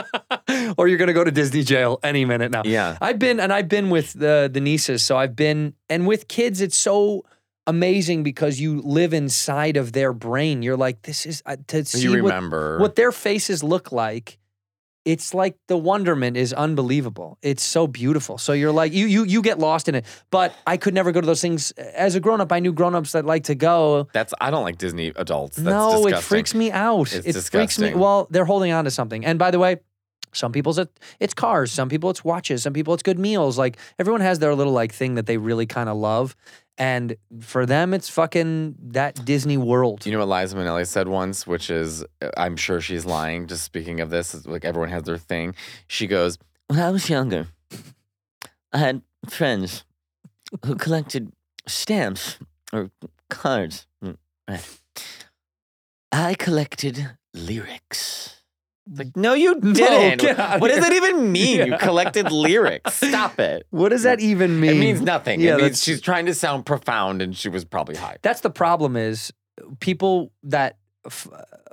Speaker 1: or you're gonna go to Disney jail any minute now.
Speaker 9: Yeah.
Speaker 1: I've been and I've been with the the nieces, so I've been and with kids, it's so amazing because you live inside of their brain. You're like, this is uh, to see
Speaker 9: you
Speaker 1: what,
Speaker 9: remember.
Speaker 1: what their faces look like. It's like the wonderment is unbelievable. It's so beautiful. So you're like you you you get lost in it. But I could never go to those things as a grown up. I knew grown ups that like to go
Speaker 9: That's I don't like Disney adults. That's
Speaker 1: no,
Speaker 9: disgusting.
Speaker 1: it freaks me out.
Speaker 9: It's
Speaker 1: it freaks me.
Speaker 9: disgusting.
Speaker 1: Well, they're holding on to something. And by the way, some people's it- it's cars, some people it's watches, some people it's good meals. Like everyone has their little like thing that they really kind of love. And for them, it's fucking that Disney world.
Speaker 9: You know what Liza Minnelli said once, which is, uh, I'm sure she's lying. Just speaking of this, it's like everyone has their thing. She goes, When I was younger, I had friends who collected stamps or cards. Mm, right. I collected lyrics. It's Like, no, you didn't.
Speaker 1: get out of
Speaker 9: what does
Speaker 1: here.
Speaker 9: that even mean? You
Speaker 1: Yeah.
Speaker 9: collected lyrics. Stop it.
Speaker 1: what does that even mean?
Speaker 9: It means nothing.
Speaker 1: Yeah,
Speaker 9: it means
Speaker 1: that's-
Speaker 9: she's trying to sound profound and she was probably high.
Speaker 1: That's the problem is people that f-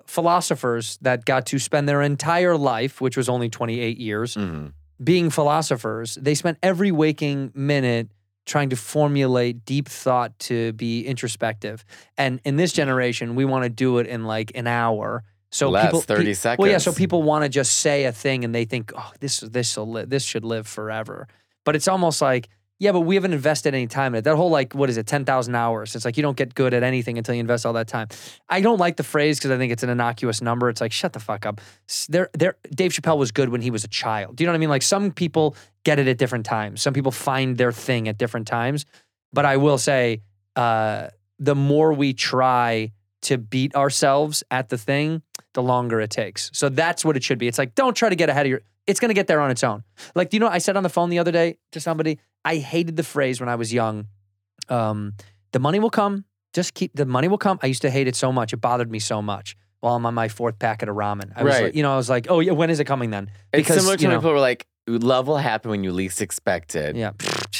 Speaker 1: philosophers that got to spend their entire life, which was only 28 years,
Speaker 9: Mm-hmm.
Speaker 1: being philosophers. They spent every waking minute trying to formulate deep thought to be introspective. And in this generation, we want to do it in like an hour. So
Speaker 9: Less,
Speaker 1: people,
Speaker 9: 30
Speaker 1: Well, yeah.
Speaker 9: seconds.
Speaker 1: So people want to just say a thing and they think, oh, this this will li- this should live forever. But it's almost like, yeah, but we haven't invested any time in it. That whole like, what is it, ten thousand hours? It's like you don't get good at anything until you invest all that time. I don't like the phrase because I think it's an innocuous number. It's like, shut the fuck up. S- There, there. Dave Chappelle was good when he was a child. Do you know what I mean? Like some people get it at different times. Some people find their thing at different times. But I will say, uh, the more we try to beat ourselves at the thing, the longer it takes. So that's what it should be. It's like, don't try to get ahead of your, it's going to get there on its own. Like, do you know, I said on the phone the other day to somebody, I hated the phrase when I was young, um, the money will come. Just keep, the money will come. I used to hate it so much. It bothered me so much. While I'm on my fourth packet of ramen, I was
Speaker 9: Right.
Speaker 1: like, you know, I was like, oh yeah, when is it coming then?
Speaker 9: It's similar to
Speaker 1: you
Speaker 9: when
Speaker 1: know,
Speaker 9: people were like, love will happen when you least expect it.
Speaker 1: yeah.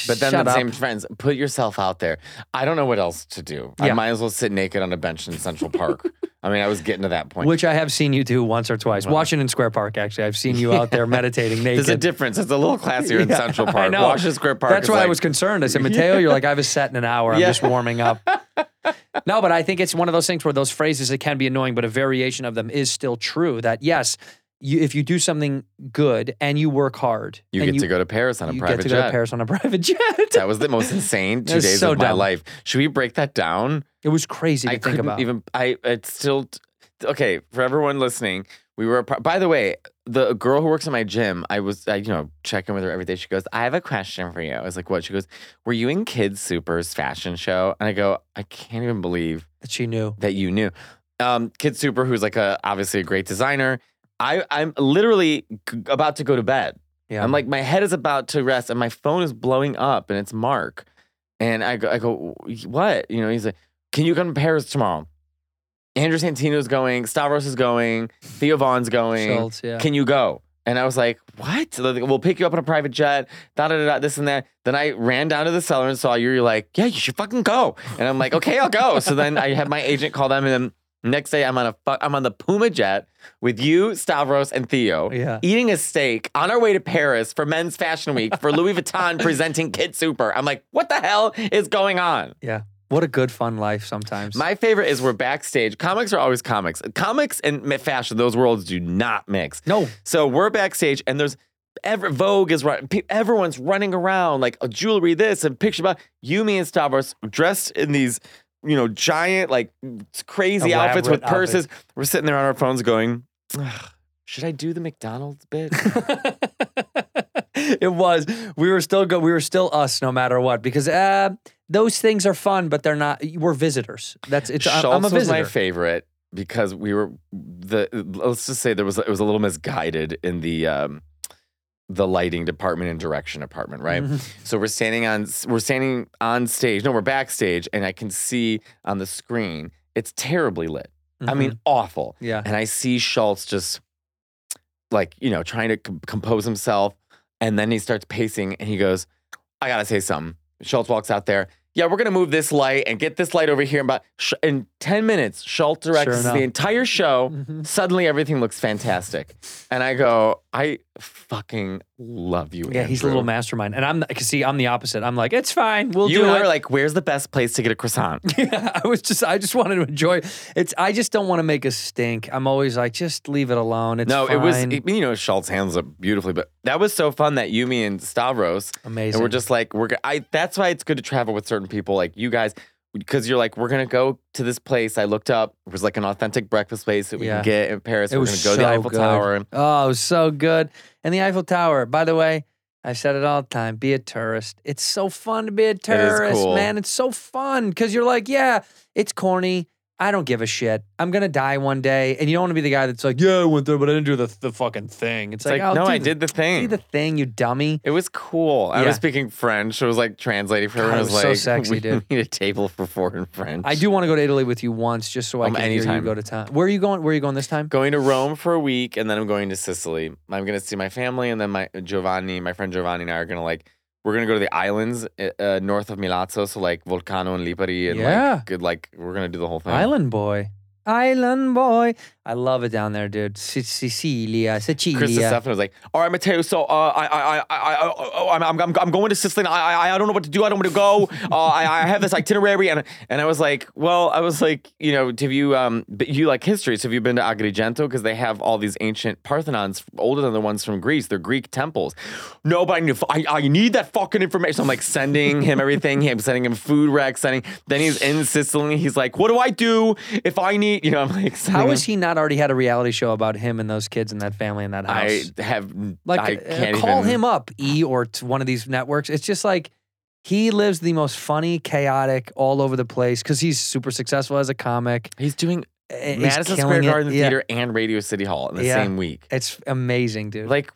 Speaker 9: But then
Speaker 1: Shut
Speaker 9: the
Speaker 1: up.
Speaker 9: same friends, put yourself out there. I don't know what else to do. I
Speaker 1: Yeah.
Speaker 9: might as well sit naked on a bench in Central Park. I mean, I was getting to that point.
Speaker 1: Which I have seen you do once or twice. Washington Square Park, actually. I've seen you out there meditating naked.
Speaker 9: There's a difference. It's a little classier in
Speaker 1: Yeah,
Speaker 9: Central
Speaker 1: I
Speaker 9: Park.
Speaker 1: know.
Speaker 9: Washington Square Park.
Speaker 1: That's
Speaker 9: is
Speaker 1: why I
Speaker 9: like-
Speaker 1: was concerned. I said, Mateo, you're like, I have a set in an hour. I'm
Speaker 9: Yeah.
Speaker 1: just warming up. no, but I think it's one of those things where those phrases it can be annoying, but a variation of them is still true. That yes, you, if you do something good and you work hard,
Speaker 9: You
Speaker 1: and
Speaker 9: get to go to Paris on a
Speaker 1: you
Speaker 9: private
Speaker 1: get to
Speaker 9: jet.
Speaker 1: go to Paris on a private jet.
Speaker 9: That was the most insane two
Speaker 1: That's
Speaker 9: days
Speaker 1: so
Speaker 9: of my
Speaker 1: dumb.
Speaker 9: life. Should we break that down?
Speaker 1: it was crazy to
Speaker 9: I
Speaker 1: think
Speaker 9: couldn't
Speaker 1: about.
Speaker 9: even. I it's still okay for everyone listening. We were. apart- By the way, the girl who works at my gym, I was, I, you know, checking with her every day. She goes, "I have a question for you." I was like, "What?" She goes, "Were you in Kids Super's fashion show?" And I go, "I can't even believe
Speaker 1: that she knew.
Speaker 9: that you knew." Um, Kid Super, who's like a obviously a great designer. I I'm literally g- about to go to bed.
Speaker 1: Yeah,
Speaker 9: I'm like, my head is about to rest, and my phone is blowing up, and it's Mark. And I go, I go, what? You know, he's like, can you come to Paris tomorrow? Andrew Santino's going, Stavros is going, Theo Vaughn's going.
Speaker 1: Schultz, yeah.
Speaker 9: Can you go? And I was like, what? They're like, We'll pick you up on a private jet, da da da da, this and that. Then I ran down to the cellar and saw you. You're like, yeah, you should fucking go. And I'm like, okay, I'll go. So then I had my agent call them, and then next day I'm on a fu- I'm on the Puma jet with you, Stavros, and Theo
Speaker 1: Yeah.
Speaker 9: eating a steak on our way to Paris for Men's Fashion Week for Louis Vuitton presenting Kid Super. I'm like, what the hell is going on?
Speaker 1: yeah. What a good fun life sometimes.
Speaker 9: My favorite is we're backstage. Comics are always comics. Comics and ma- fashion, those worlds do not mix.
Speaker 1: No.
Speaker 9: So we're backstage, and there's ever Vogue is running. Pe- everyone's running around like a jewelry this and picture about you, me, and Stavros dressed in these, you know, giant like crazy outfits with
Speaker 1: Elaborate
Speaker 9: purses. We're sitting there on our phones going. "Ugh, Should I do the McDonald's bit?
Speaker 1: it was. We were still good. We were still us, no matter what, because uh, those things are fun, but they're not. We're visitors. That's it's. I'm-
Speaker 9: Schultz
Speaker 1: I'm a
Speaker 9: was my
Speaker 1: visitor.
Speaker 9: favorite because we were the. Let's just say there was it was a little misguided in the um, the lighting department and direction department, right?
Speaker 1: Mm-hmm.
Speaker 9: So we're standing on we're standing on stage. No, we're backstage, and I can see on the screen it's terribly lit. I mean, awful.
Speaker 1: Mm-hmm. Yeah.
Speaker 9: And I see Schultz just like you know trying to com- compose himself, and then he starts pacing, and he goes, "I gotta say something." Schultz walks out there. Yeah, we're gonna move this light and get this light over here. And about sh- in ten minutes, Schultz directs
Speaker 1: enough. Mm-hmm.
Speaker 9: the entire show. Suddenly, everything looks fantastic, and I go, "I fucking love you."
Speaker 1: yeah, he's a little
Speaker 9: Andrew."
Speaker 1: mastermind, and I'm. Cause see, I'm the opposite. I'm like, it's fine. We'll
Speaker 9: You
Speaker 1: do
Speaker 9: and I
Speaker 1: it.
Speaker 9: were like, "Where's the best place to get a croissant?"
Speaker 1: Yeah, I was just. I just wanted to enjoy. It's. I just don't want to make a stink. I'm always like, just leave it alone. It's
Speaker 9: No, it was
Speaker 1: fine.
Speaker 9: it- you know Schultz handles it beautifully, but that was so fun that Yumi and Stavros
Speaker 1: Amazing.
Speaker 9: and we're just like we're. go- I that's why it's good to travel with certain people like you guys because you're like we're gonna go to this place I looked up. It was like an authentic breakfast place that we
Speaker 1: Yeah.
Speaker 9: can get in Paris.
Speaker 1: It
Speaker 9: we're
Speaker 1: was
Speaker 9: gonna
Speaker 1: so
Speaker 9: go to the Eiffel
Speaker 1: good.
Speaker 9: Tower.
Speaker 1: Oh, it was so good. And the Eiffel Tower, by the way, I've said it all the time be a tourist. It's so fun to be a tourist,
Speaker 9: cool.
Speaker 1: man. It's so fun because you're like, yeah, it's corny. I don't give a shit. I'm going to die one day. And you don't want to be the guy that's like, yeah, I went there, but I didn't do the, the fucking thing. It's,
Speaker 9: It's like,
Speaker 1: oh,
Speaker 9: no,
Speaker 1: do
Speaker 9: I
Speaker 1: the-
Speaker 9: did the
Speaker 1: Do
Speaker 9: thing.
Speaker 1: the thing, you dummy.
Speaker 9: it was cool. I
Speaker 1: Yeah.
Speaker 9: was speaking French. It was like translating for
Speaker 1: God,
Speaker 9: everyone.
Speaker 1: it
Speaker 9: I was
Speaker 1: was so
Speaker 9: like,
Speaker 1: sexy,
Speaker 9: we
Speaker 1: dude.
Speaker 9: need a table for four in French.
Speaker 1: I do want to go to Italy with you once just so I
Speaker 9: Um,
Speaker 1: can hear you
Speaker 9: anytime.
Speaker 1: go to town. Where are you going? Where are you going this time?
Speaker 9: Going to Rome for a week, and then I'm going to Sicily. I'm gonna see my family, and then my Giovanni, my friend Giovanni, and I are gonna like we're gonna go to the islands uh, uh, north of Milazzo, so like Volcano and Lipari, and
Speaker 1: Yeah.
Speaker 9: like good, like we're gonna do the whole thing.
Speaker 1: Island boy. Island boy. I love it down there, dude. C- Sicilia, Sicilia.
Speaker 9: Chris Stefano was like, "All right, Mateo. So uh, I, I, I, I, I- oh, I'm, I'm, I'm- I'm going to Sicily. I, I, I don't know what to do. I don't want to go. Uh, I, I have this itinerary, and and I was like, well, I was like, you know, have you, um, but you like history? So have you been to Agrigento? Because they have all these ancient Parthenons, older than the ones from Greece. They're Greek temples. No, but I, knew, I, I need that fucking information. So I'm like sending him everything. I'm sending him food racks. Sending. Then he's in Sicily. He's like, what do I do if I need? You know, I'm like,
Speaker 1: How
Speaker 9: sending him-
Speaker 1: has he not already had a reality show about him and those kids and that family in that house?
Speaker 9: I have
Speaker 1: like
Speaker 9: I
Speaker 1: uh,
Speaker 9: can't
Speaker 1: call
Speaker 9: even-
Speaker 1: him up e or t- one of these networks it's just like he lives the most funny chaotic all over the place because he's super successful as a comic
Speaker 9: He's doing
Speaker 1: Uh, he's
Speaker 9: Madison
Speaker 1: killing
Speaker 9: Square
Speaker 1: it.
Speaker 9: Garden
Speaker 1: Yeah.
Speaker 9: Theater and Radio City Hall in the
Speaker 1: Yeah.
Speaker 9: same week.
Speaker 1: it's amazing dude
Speaker 9: Like,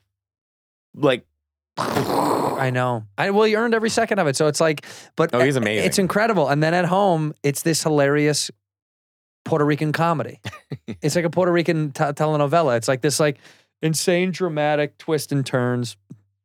Speaker 9: like
Speaker 1: i know i well he earned every second of it so it's like but
Speaker 9: Oh, he's
Speaker 1: uh,
Speaker 9: amazing.
Speaker 1: it's incredible and then at home it's this hilarious puerto rican comedy it's like a puerto rican t- telenovela it's like this like insane dramatic twist and turns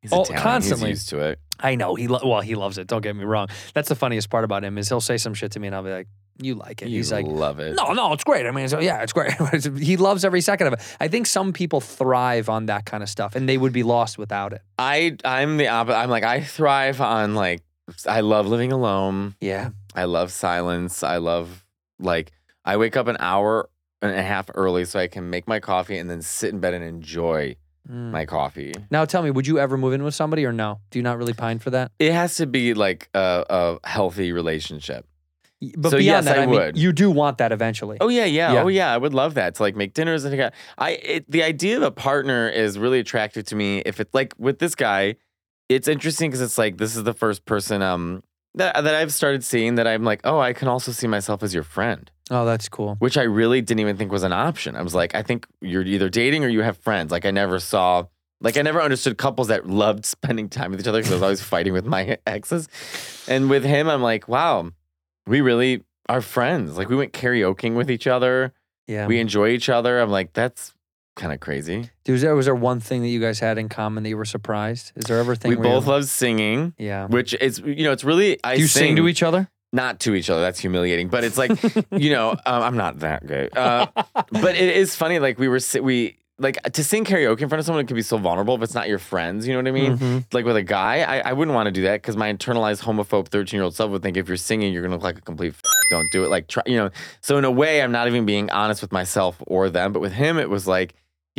Speaker 9: he's
Speaker 1: Oh,
Speaker 9: Italian.
Speaker 1: constantly.
Speaker 9: He's used to it.
Speaker 1: I know he lo- well he loves it. Don't get me wrong. That's the funniest part about him is he'll say some shit to me and I'll be like, "You like it?"
Speaker 9: You
Speaker 1: He's like,
Speaker 9: love it.
Speaker 1: "No, no, it's great." I mean, so yeah, it's great. he loves every second of it. I think some people thrive on that kind of stuff and they would be lost without it.
Speaker 9: I I'm the opposite. I'm like I thrive on like I love living alone.
Speaker 1: Yeah,
Speaker 9: I love silence. I love like I wake up an hour and a half early so I can make my coffee and then sit in bed and enjoy
Speaker 1: Mm.
Speaker 9: my coffee.
Speaker 1: Now tell me, would you ever move in with somebody or no? Do you not really pine for that?
Speaker 9: It has to be like a, a healthy relationship.
Speaker 1: Y- But
Speaker 9: So,
Speaker 1: beyond
Speaker 9: yes,
Speaker 1: that,
Speaker 9: I
Speaker 1: I, mean,
Speaker 9: would.
Speaker 1: you do want that eventually.
Speaker 9: Oh yeah, yeah,
Speaker 1: Yeah.
Speaker 9: Oh yeah, I would love that to like make dinners and I, I it, the idea of a partner is really attractive to me. If it's like with this guy, it's interesting because it's like this is the first person um that that I've started seeing that I'm like oh I can also see myself as your friend,
Speaker 1: Oh, that's cool.
Speaker 9: which I really didn't even think was an option. I was like I think you're either dating or you have friends. Like I never saw. Like I never understood couples that loved spending time with each other because I was always fighting with my exes, and with him I'm like, wow, we really are friends. Like we went karaokeing with each other
Speaker 1: Yeah.
Speaker 9: we enjoy each other. I'm like, that's kind of crazy.
Speaker 1: Dude, was there was there one thing that you guys had in common that you were surprised? Is there ever a thing
Speaker 9: We
Speaker 1: where you're
Speaker 9: both love singing,
Speaker 1: like- Yeah.
Speaker 9: which is you know, it's really I
Speaker 1: do Uh-huh. you sing to each other?
Speaker 9: not to each other. That's humiliating, but it's like you know, um, I'm not that gay. Uh, but it is funny. Like we were si- we. Like to sing karaoke in front of someone, it can be so vulnerable if it's not your friends. You know what I mean?
Speaker 1: Mm-hmm.
Speaker 9: Like with a guy, I, I wouldn't want to do that because my internalized homophobe 13 year old self would think if you're singing, you're going to look like a complete f- don't do it. Like, try, you know, so in a way, I'm not even being honest with myself or them. But with him, it was like,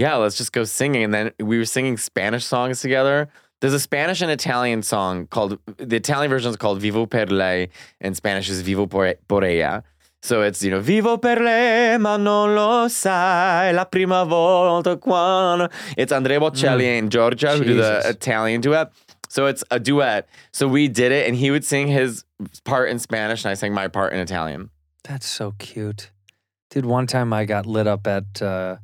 Speaker 9: yeah, let's just go singing. And then we were singing Spanish songs together. There's a Spanish and Italian song called, the Italian version is called Vivo per lei, and Spanish is Vivo por, por ella. So it's, you know, Vivo per lei, ma non lo sai, la prima volta quando. It's Andrea Bocelli and Giorgia who do the
Speaker 1: Jesus.
Speaker 9: Italian duet. So it's a duet. So we did it, and he would sing his part in Spanish, and I sang my part in Italian.
Speaker 1: That's so cute. Dude, one time I got lit up at uh,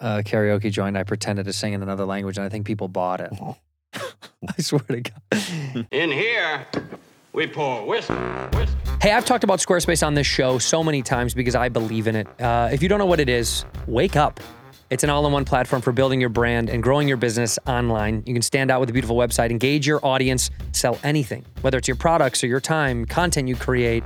Speaker 1: a karaoke joint. I pretended to sing in another language, and I think people bought it. I swear to God.
Speaker 2: In here, we pour whisk, whisk,
Speaker 1: Hey, I've talked about Squarespace on this show so many times because I believe in it. Uh, if you don't know what it is, wake up. It's an all in one platform for building your brand and growing your business online. You can stand out with a beautiful website, engage your audience, sell anything, whether it's your products or your time, content you create.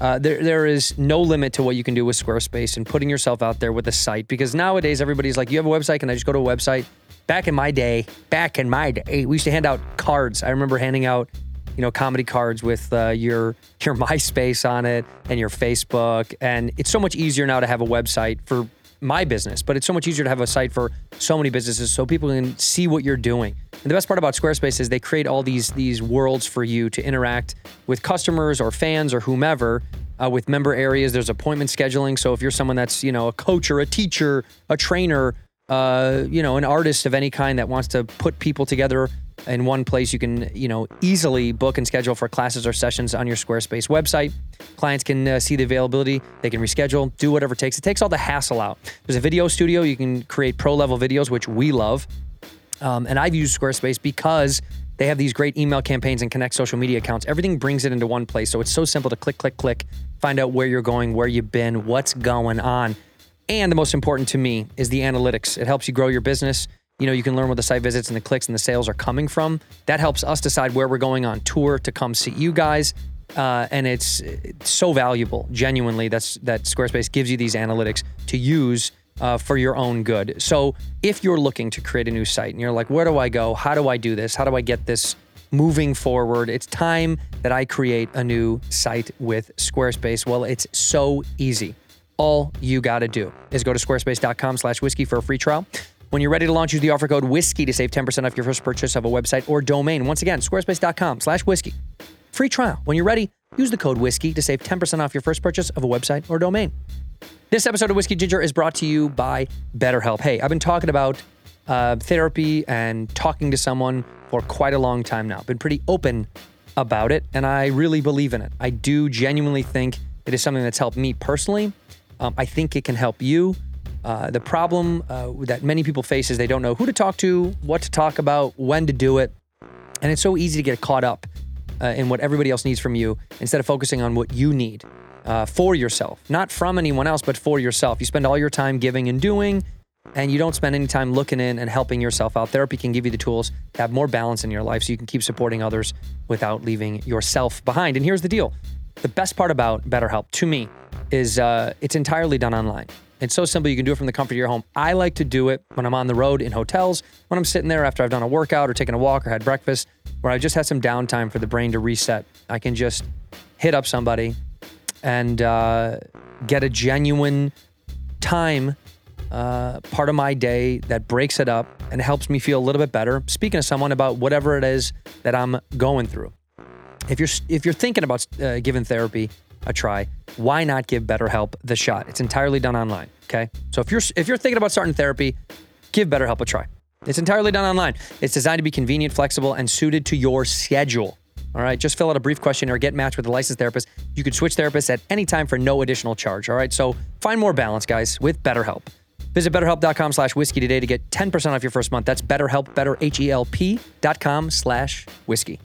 Speaker 1: Uh, there, there is no limit to what you can do with Squarespace and putting yourself out there with a site because nowadays everybody's like, you have a website, can I just go to a website? Back in my day, back in my day, we used to hand out cards. I remember handing out, you know, comedy cards with uh, your your MySpace on it and your Facebook, and it's so much easier now to have a website for my business, but it's so much easier to have a site for so many businesses so people can see what you're doing. And the best part about Squarespace is they create all these these worlds for you to interact with customers or fans or whomever. Uh, with member areas, there's appointment scheduling. So if you're someone that's you know a coach or a teacher, a trainer, uh, you know an artist of any kind that wants to put people together in one place, you can you know easily book and schedule for classes or sessions on your Squarespace website. Clients can uh, see the availability, they can reschedule, do whatever it takes. It takes all the hassle out. There's a video studio. You can create pro level videos, which we love. Um, and I've used Squarespace because they have these great email campaigns and connect social media accounts. Everything brings it into one place. So it's so simple to click, click, click, find out where you're going, where you've been, what's going on. And the most important to me is the analytics. It helps you grow your business. You know, you can learn where the site visits and the clicks and the sales are coming from. That helps us decide where we're going on tour to come see you guys. Uh, and it's, it's so valuable, genuinely. That's that Squarespace gives you these analytics to use uh, for your own good. So if you're looking to create a new site and you're like, where do I go? How do I do this? How do I get this moving forward? It's time that I create a new site with Squarespace. Well, it's so easy. All you got to do is go to squarespace.com slash whiskey for a free trial. When you're ready to launch, use the offer code whiskey to save 10% off your first purchase of a website or domain. Once again, squarespace.com slash whiskey. Free trial. When you're ready, use the code whiskey to save 10% off your first purchase of a website or domain. This episode of Whiskey Ginger is brought to you by BetterHelp. Hey, I've been talking about uh, therapy and talking to someone for quite a long time now. Been pretty open about it, and I really believe in it. I do genuinely think it is something that's helped me personally. Um, I think it can help you. Uh, the problem uh, that many people face is they don't know who to talk to, what to talk about, when to do it. And it's so easy to get caught up uh, in what everybody else needs from you instead of focusing on what you need uh, for yourself, not from anyone else, but for yourself. You spend all your time giving and doing, and you don't spend any time looking in and helping yourself out. Therapy can give you the tools to have more balance in your life so you can keep supporting others without leaving yourself behind. And here's the deal the best part about BetterHelp to me is uh, it's entirely done online. It's so simple. You can do it from the comfort of your home. I like to do it when I'm on the road in hotels, when I'm sitting there after I've done a workout or taken a walk or had breakfast, where I've just had some downtime for the brain to reset. I can just hit up somebody and uh, get a genuine time uh, part of my day that breaks it up and helps me feel a little bit better speaking to someone about whatever it is that I'm going through if you're if you're thinking about uh, giving therapy a try, why not give BetterHelp the shot? It's entirely done online. Okay, so if you're if you're thinking about starting therapy, give BetterHelp a try. It's entirely done online. It's designed to be convenient, flexible, and suited to your schedule. All right, just fill out a brief questionnaire, get matched with a licensed therapist. You can switch therapists at any time for no additional charge. All right, so find more balance, guys, with BetterHelp. Visit betterhelp.com slash whiskey today to get 10% off your first month. That's betterhelp, better, H-E-L-P dot com slash whiskey.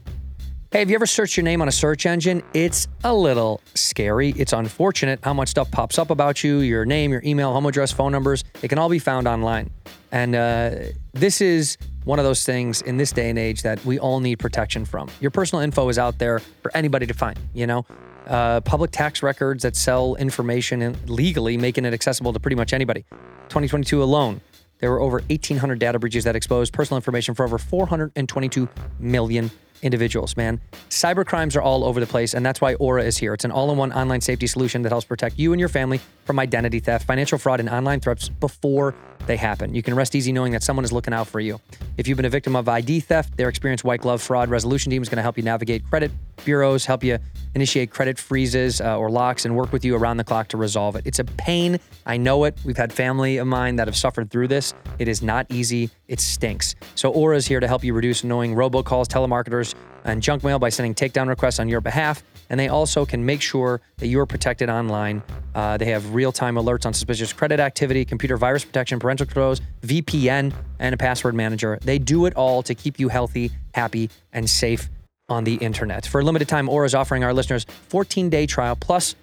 Speaker 1: Hey, have you ever searched your name on a search engine? It's a little scary. It's unfortunate how much stuff pops up about you your name, your email, home address, phone numbers. It can all be found online. And uh, this is one of those things in this day and age that we all need protection from. Your personal info is out there for anybody to find, you know? Uh, public tax records that sell information in- legally, making it accessible to pretty much anybody. 2022 alone, there were over 1,800 data breaches that exposed personal information for over 422 million individuals, man. Cybercrimes are all over the place, and that's why Aura is here. It's an all in one online safety solution that helps protect you and your family from identity theft, financial fraud, and online threats before they happen. You can rest easy knowing that someone is looking out for you. If you've been a victim of ID theft, their experienced white glove fraud resolution team is going to help you navigate credit bureaus, help you initiate credit freezes uh, or locks, and work with you around the clock to resolve it. It's a pain. I know it. We've had family of mine that have suffered through this. It is not easy. It stinks. So Aura is here to help you reduce annoying robocalls, telemarketers, and junk mail by sending takedown requests on your behalf. And they also can make sure that you are protected online. Uh, they have real time alerts on suspicious credit activity, computer virus protection, parental controls, VPN, and a password manager. They do it all to keep you healthy, happy, and safe on the internet. For a limited time, Aura is offering our listeners 14 day trial plus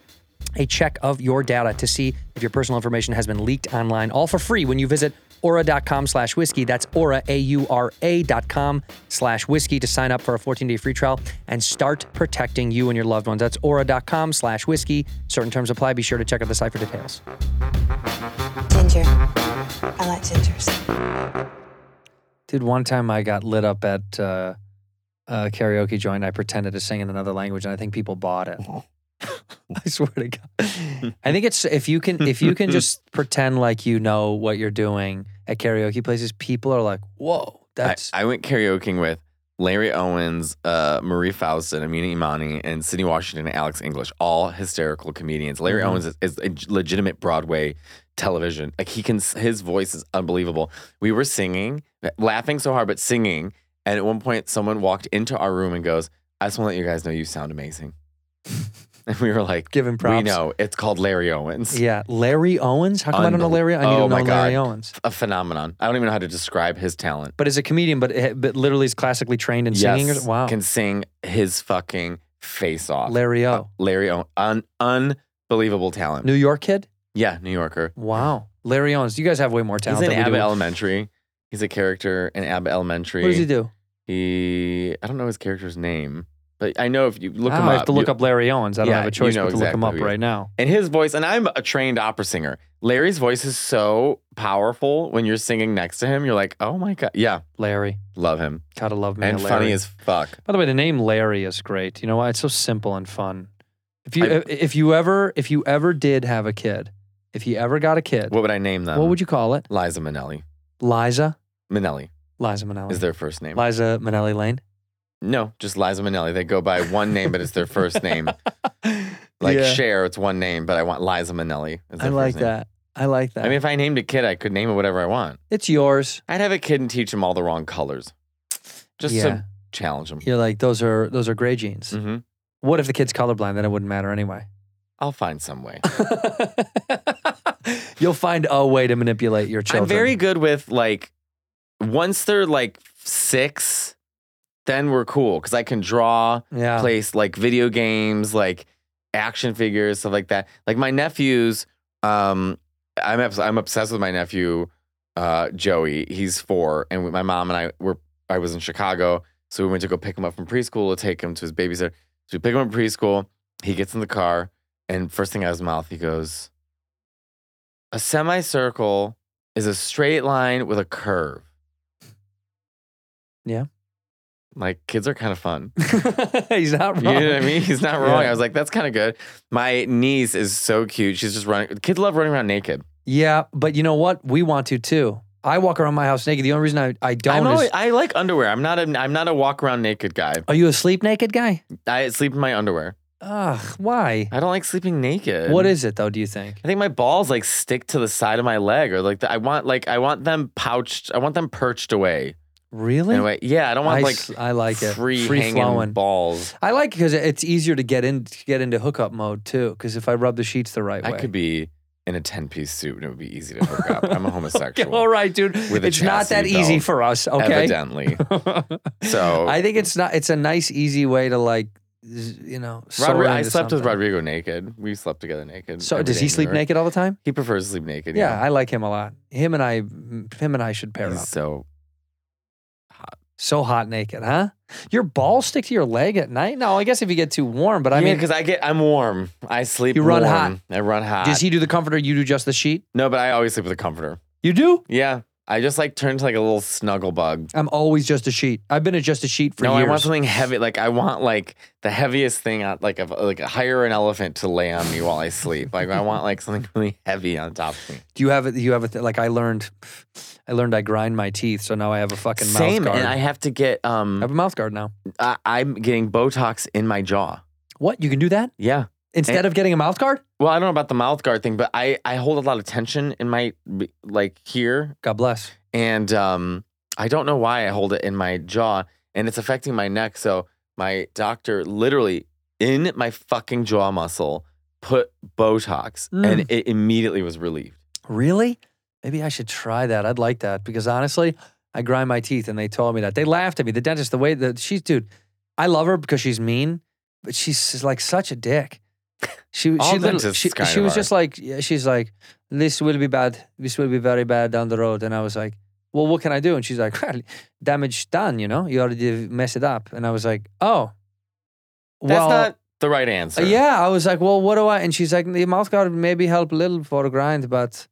Speaker 1: a check of your data to see if your personal information has been leaked online, all for free when you visit aura.com slash whiskey. That's aura, A-U-R-A dot com slash whiskey to sign up for a 14-day free trial and start protecting you and your loved ones. That's aura.com slash whiskey. Certain terms apply. Be sure to check out the site for details.
Speaker 8: Ginger. I like gingers.
Speaker 1: Dude, one time I got lit up at uh, a karaoke joint. I pretended to sing in another language, and I think people bought it. I swear to God. I think it's if you can if you can just pretend like you know what you're doing at karaoke places, people are like, "Whoa,
Speaker 9: I,
Speaker 1: that's."
Speaker 9: I went karaokeing with Larry Owens, uh, Marie Faustin, Amina Imani, and Sidney Washington and Alex English, all hysterical comedians. Larry
Speaker 1: Mhm.
Speaker 9: Owens is, is a legitimate Broadway television. Like he can, his voice is unbelievable. We were singing, laughing so hard, but singing. And at one point, someone walked into our room and goes, "I just want to let you guys know you sound amazing." and we were like,
Speaker 1: Give him props.
Speaker 9: We know it's called Larry Owens.
Speaker 1: yeah, Larry Owens. How come I don't know
Speaker 9: Unbel-
Speaker 1: Larry? I need
Speaker 9: Oh
Speaker 1: to know
Speaker 9: my God.
Speaker 1: Larry Owens.
Speaker 9: A phenomenon. I don't even know how to describe his talent.
Speaker 1: But as a comedian, but eh, but literally is classically trained in singing. Or, wow,
Speaker 9: Can sing his fucking face off.
Speaker 1: Larry O,
Speaker 9: Larry Owen. Un- unbelievable talent.
Speaker 1: New York kid.
Speaker 9: yeah, New Yorker.
Speaker 1: Wow, Larry Owens. You guys have way more talent.
Speaker 9: He's in
Speaker 1: than we
Speaker 9: Abbott
Speaker 1: do.
Speaker 9: Elementary. He's a character in Abbott Elementary.
Speaker 1: What does he do?
Speaker 9: He, I don't know his character's name. But I know if you look him
Speaker 1: Ah, I have
Speaker 9: up,
Speaker 1: to look
Speaker 9: Ah, you-
Speaker 1: up Larry Owens. I don't
Speaker 9: Yeah,
Speaker 1: have a choice
Speaker 9: you know
Speaker 1: but to look him
Speaker 9: exactly
Speaker 1: up
Speaker 9: who he is.
Speaker 1: right now.
Speaker 9: And his voice, and I'm a trained opera singer. Larry's voice is so powerful when you're singing next to him. You're like, oh my God. Yeah,
Speaker 1: Larry.
Speaker 9: love him.
Speaker 1: Gotta love me. a
Speaker 9: and
Speaker 1: Larry.
Speaker 9: funny as fuck.
Speaker 1: By the way, the name Larry is great. You know why? It's so simple and fun. If you e-,
Speaker 9: I-
Speaker 1: if you ever if you ever did have a kid, if you ever got a kid,
Speaker 9: What would I name them?
Speaker 1: what would you call it?
Speaker 9: Liza Minnelli.
Speaker 1: Liza,
Speaker 9: Minnelli
Speaker 1: Liza Minnelli,
Speaker 9: is their first name.
Speaker 1: Liza Minnelli Lane.
Speaker 9: no, just Liza Minnelli. They go by one name, but it's their first name. Like
Speaker 1: Yeah.
Speaker 9: Cher, it's one name, but I want Liza Minnelli. as
Speaker 1: I
Speaker 9: their
Speaker 1: like
Speaker 9: first name.
Speaker 1: that. I like that.
Speaker 9: I mean, if I named a kid, I could name it whatever I want.
Speaker 1: it's yours.
Speaker 9: I'd have a kid and teach him all the wrong colors, just
Speaker 1: Yeah.
Speaker 9: to challenge him.
Speaker 1: You're like those are those are gray jeans.
Speaker 9: hmm
Speaker 1: What if the kid's colorblind? Then it wouldn't matter anyway.
Speaker 9: I'll find some way.
Speaker 1: You'll find a way to manipulate your children.
Speaker 9: I'm very good with like once they're like six, then we're cool because I can draw,
Speaker 1: yeah.
Speaker 9: place like video games, like action figures, stuff like that. Like my nephews, um, I'm obs- I'm obsessed with my nephew, uh, Joey. He's four, and my mom and I were I was in Chicago, so we went to go pick him up from preschool to take him to his babysitter. So we pick him up from preschool. He gets in the car, and first thing out of his mouth, he goes, "A semicircle is a straight line with a curve."
Speaker 1: Yeah.
Speaker 9: Like kids are kind of fun.
Speaker 1: He's not wrong.
Speaker 9: You know what I mean? He's not wrong.
Speaker 1: Oh. Yeah.
Speaker 9: I was like, that's kind of good. My niece is so cute. She's just running. Kids love running around naked.
Speaker 1: Yeah, but you know what? We want to too. I walk around my house naked. The only reason I, I don't
Speaker 9: I'm
Speaker 1: is.
Speaker 9: always, I like underwear. I'm not a I'm not a walk around naked guy.
Speaker 1: are you a sleep naked guy?
Speaker 9: I sleep in my underwear.
Speaker 1: Ugh, why?
Speaker 9: I don't like sleeping naked.
Speaker 1: What is it though, do you think?
Speaker 9: I think my balls like stick to the side of my leg, or like the, I want like I want them pouched. I want them perched away.
Speaker 1: Really?
Speaker 9: In a way. Yeah, I don't want
Speaker 1: I
Speaker 9: like
Speaker 1: s- I like it.
Speaker 9: free,
Speaker 1: Free
Speaker 9: hanging
Speaker 1: flowing.
Speaker 9: balls.
Speaker 1: I like because it's easier to get in to get into hookup mode too. Because if I rub the sheets the right
Speaker 9: I
Speaker 1: way,
Speaker 9: could be in a ten piece suit and it would be easy to hook up. I'm a
Speaker 1: Okay,
Speaker 9: homosexual.
Speaker 1: all right, dude.
Speaker 9: a
Speaker 1: It's not that
Speaker 9: chastity
Speaker 1: easy
Speaker 9: belt.
Speaker 1: for us. Okay.
Speaker 9: Evidently. So
Speaker 1: I think it's not. It's a nice, easy way to like, z- you know. soar
Speaker 9: Rodri- I
Speaker 1: into
Speaker 9: slept with
Speaker 1: something.
Speaker 9: Rodrigo naked. We slept together naked.
Speaker 1: So
Speaker 9: every
Speaker 1: does
Speaker 9: day
Speaker 1: he
Speaker 9: in New
Speaker 1: sleep
Speaker 9: York.
Speaker 1: naked all the time?
Speaker 9: He prefers to sleep naked.
Speaker 1: Yeah, I like him a lot. Him and I, him and I should pair
Speaker 9: He's
Speaker 1: up.
Speaker 9: so
Speaker 1: So hot naked, huh? Your balls stick to your leg at night? No, I guess if you get too warm, but
Speaker 9: I
Speaker 1: I
Speaker 9: mean,
Speaker 1: mean,
Speaker 9: because I get I'm warm. I sleep.
Speaker 1: You run
Speaker 9: warm.
Speaker 1: hot.
Speaker 9: I run hot.
Speaker 1: does he do the comforter? You do just the sheet?
Speaker 9: No, but I always sleep with a comforter.
Speaker 1: You do?
Speaker 9: Yeah, I just like turn to like a little snuggle bug.
Speaker 1: I'm always just a sheet. I've been a just a sheet for
Speaker 9: no,
Speaker 1: years.
Speaker 9: I want something heavy. Like I want like the heaviest thing. On, like a, like hire an elephant to lay on me while I sleep. Like I want like something really heavy on top of me.
Speaker 1: do you have it? You have it? Like I learned, I learned I grind my teeth, so now I have a fucking
Speaker 9: Same,
Speaker 1: mouth guard.
Speaker 9: and I have to get
Speaker 1: I
Speaker 9: um.
Speaker 1: have a mouth guard now.
Speaker 9: I, I'm getting Botox in my jaw.
Speaker 1: What? You can do that
Speaker 9: Yeah.
Speaker 1: instead of getting a mouth guard?
Speaker 9: Well, I don't know about the mouth guard thing, but I I hold a lot of tension in my like here,
Speaker 1: God bless.
Speaker 9: and um, I don't know why I hold it in my jaw, and it's affecting my neck. So my doctor literally in my fucking jaw muscle put Botox,
Speaker 1: Mm.
Speaker 9: and it immediately was relieved.
Speaker 1: Really? Maybe I should try that. I'd like that because honestly, I grind my teeth and they told me that. They laughed at me. The dentist, the way that she's, dude, I love her because she's mean, but she's like such a dick. She,
Speaker 9: All
Speaker 1: she, literally,
Speaker 9: dentists
Speaker 1: she,
Speaker 9: kind
Speaker 1: she
Speaker 9: of
Speaker 1: was
Speaker 9: are.
Speaker 1: just like, yeah, she's like, this will be bad. This will be very bad down the road. And I was like, well, what can I do? And she's like, well, damage done, you know? You already messed it up. And I was like, oh.
Speaker 9: That's
Speaker 1: well,
Speaker 9: not the right answer.
Speaker 1: Uh, yeah, I was like, well, what do I? And she's like, the mouth guard maybe help a little for the grind, but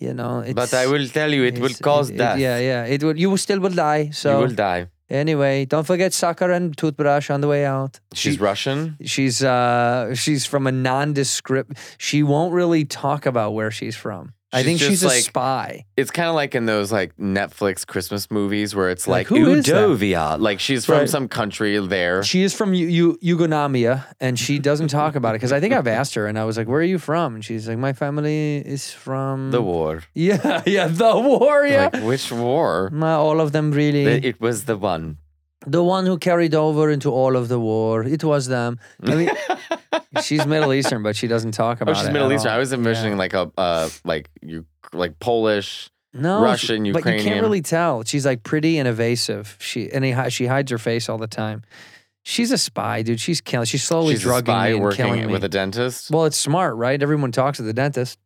Speaker 1: you know, it's,
Speaker 9: but I will tell you, it will
Speaker 1: it's-
Speaker 9: cause
Speaker 1: it- it-
Speaker 9: death.
Speaker 1: yeah, yeah, it will. You will still will die. So
Speaker 9: you will die.
Speaker 1: anyway, don't forget sucker and toothbrush on the way out.
Speaker 9: She's
Speaker 1: She-
Speaker 9: Russian.
Speaker 1: She's uh she's from a nondescript. She won't really talk about where she's from. I
Speaker 9: She's
Speaker 1: think
Speaker 9: just
Speaker 1: she's a
Speaker 9: like-
Speaker 1: spy.
Speaker 9: It's kind of like in those like Netflix Christmas movies where it's
Speaker 1: Like,
Speaker 9: like,
Speaker 1: who is that?
Speaker 9: Udovia. Like she's from
Speaker 1: Right.
Speaker 9: some country there.
Speaker 1: She is from U- U- Yugonomia, and she doesn't talk about it because I think I've asked her, and I was like, "Where are you from?" And she's like, "My family is from
Speaker 9: the war.
Speaker 1: Yeah, yeah, the warrior.
Speaker 9: Like, which war?
Speaker 1: Ma, all of them really.
Speaker 9: Th- It was the one.
Speaker 1: the one who carried over into all of the war. It was them. I mean, she's Middle Eastern, but she doesn't talk about
Speaker 9: Oh,
Speaker 1: it.
Speaker 9: she's
Speaker 1: at
Speaker 9: Middle Eastern.
Speaker 1: all.
Speaker 9: I was envisioning
Speaker 1: Yeah.
Speaker 9: like a uh, like you like Polish.
Speaker 1: no,
Speaker 9: Russian,
Speaker 1: she- But you can't
Speaker 9: Ukrainian.
Speaker 1: really tell. She's like pretty and evasive. She and he, hi- she hides her face all the time. She's a spy, dude. She's killing. She's slowly
Speaker 9: she's a
Speaker 1: drugging
Speaker 9: spy
Speaker 1: me and
Speaker 9: working
Speaker 1: killing me.
Speaker 9: with a dentist.
Speaker 1: well, it's smart, right? Everyone talks to the dentist.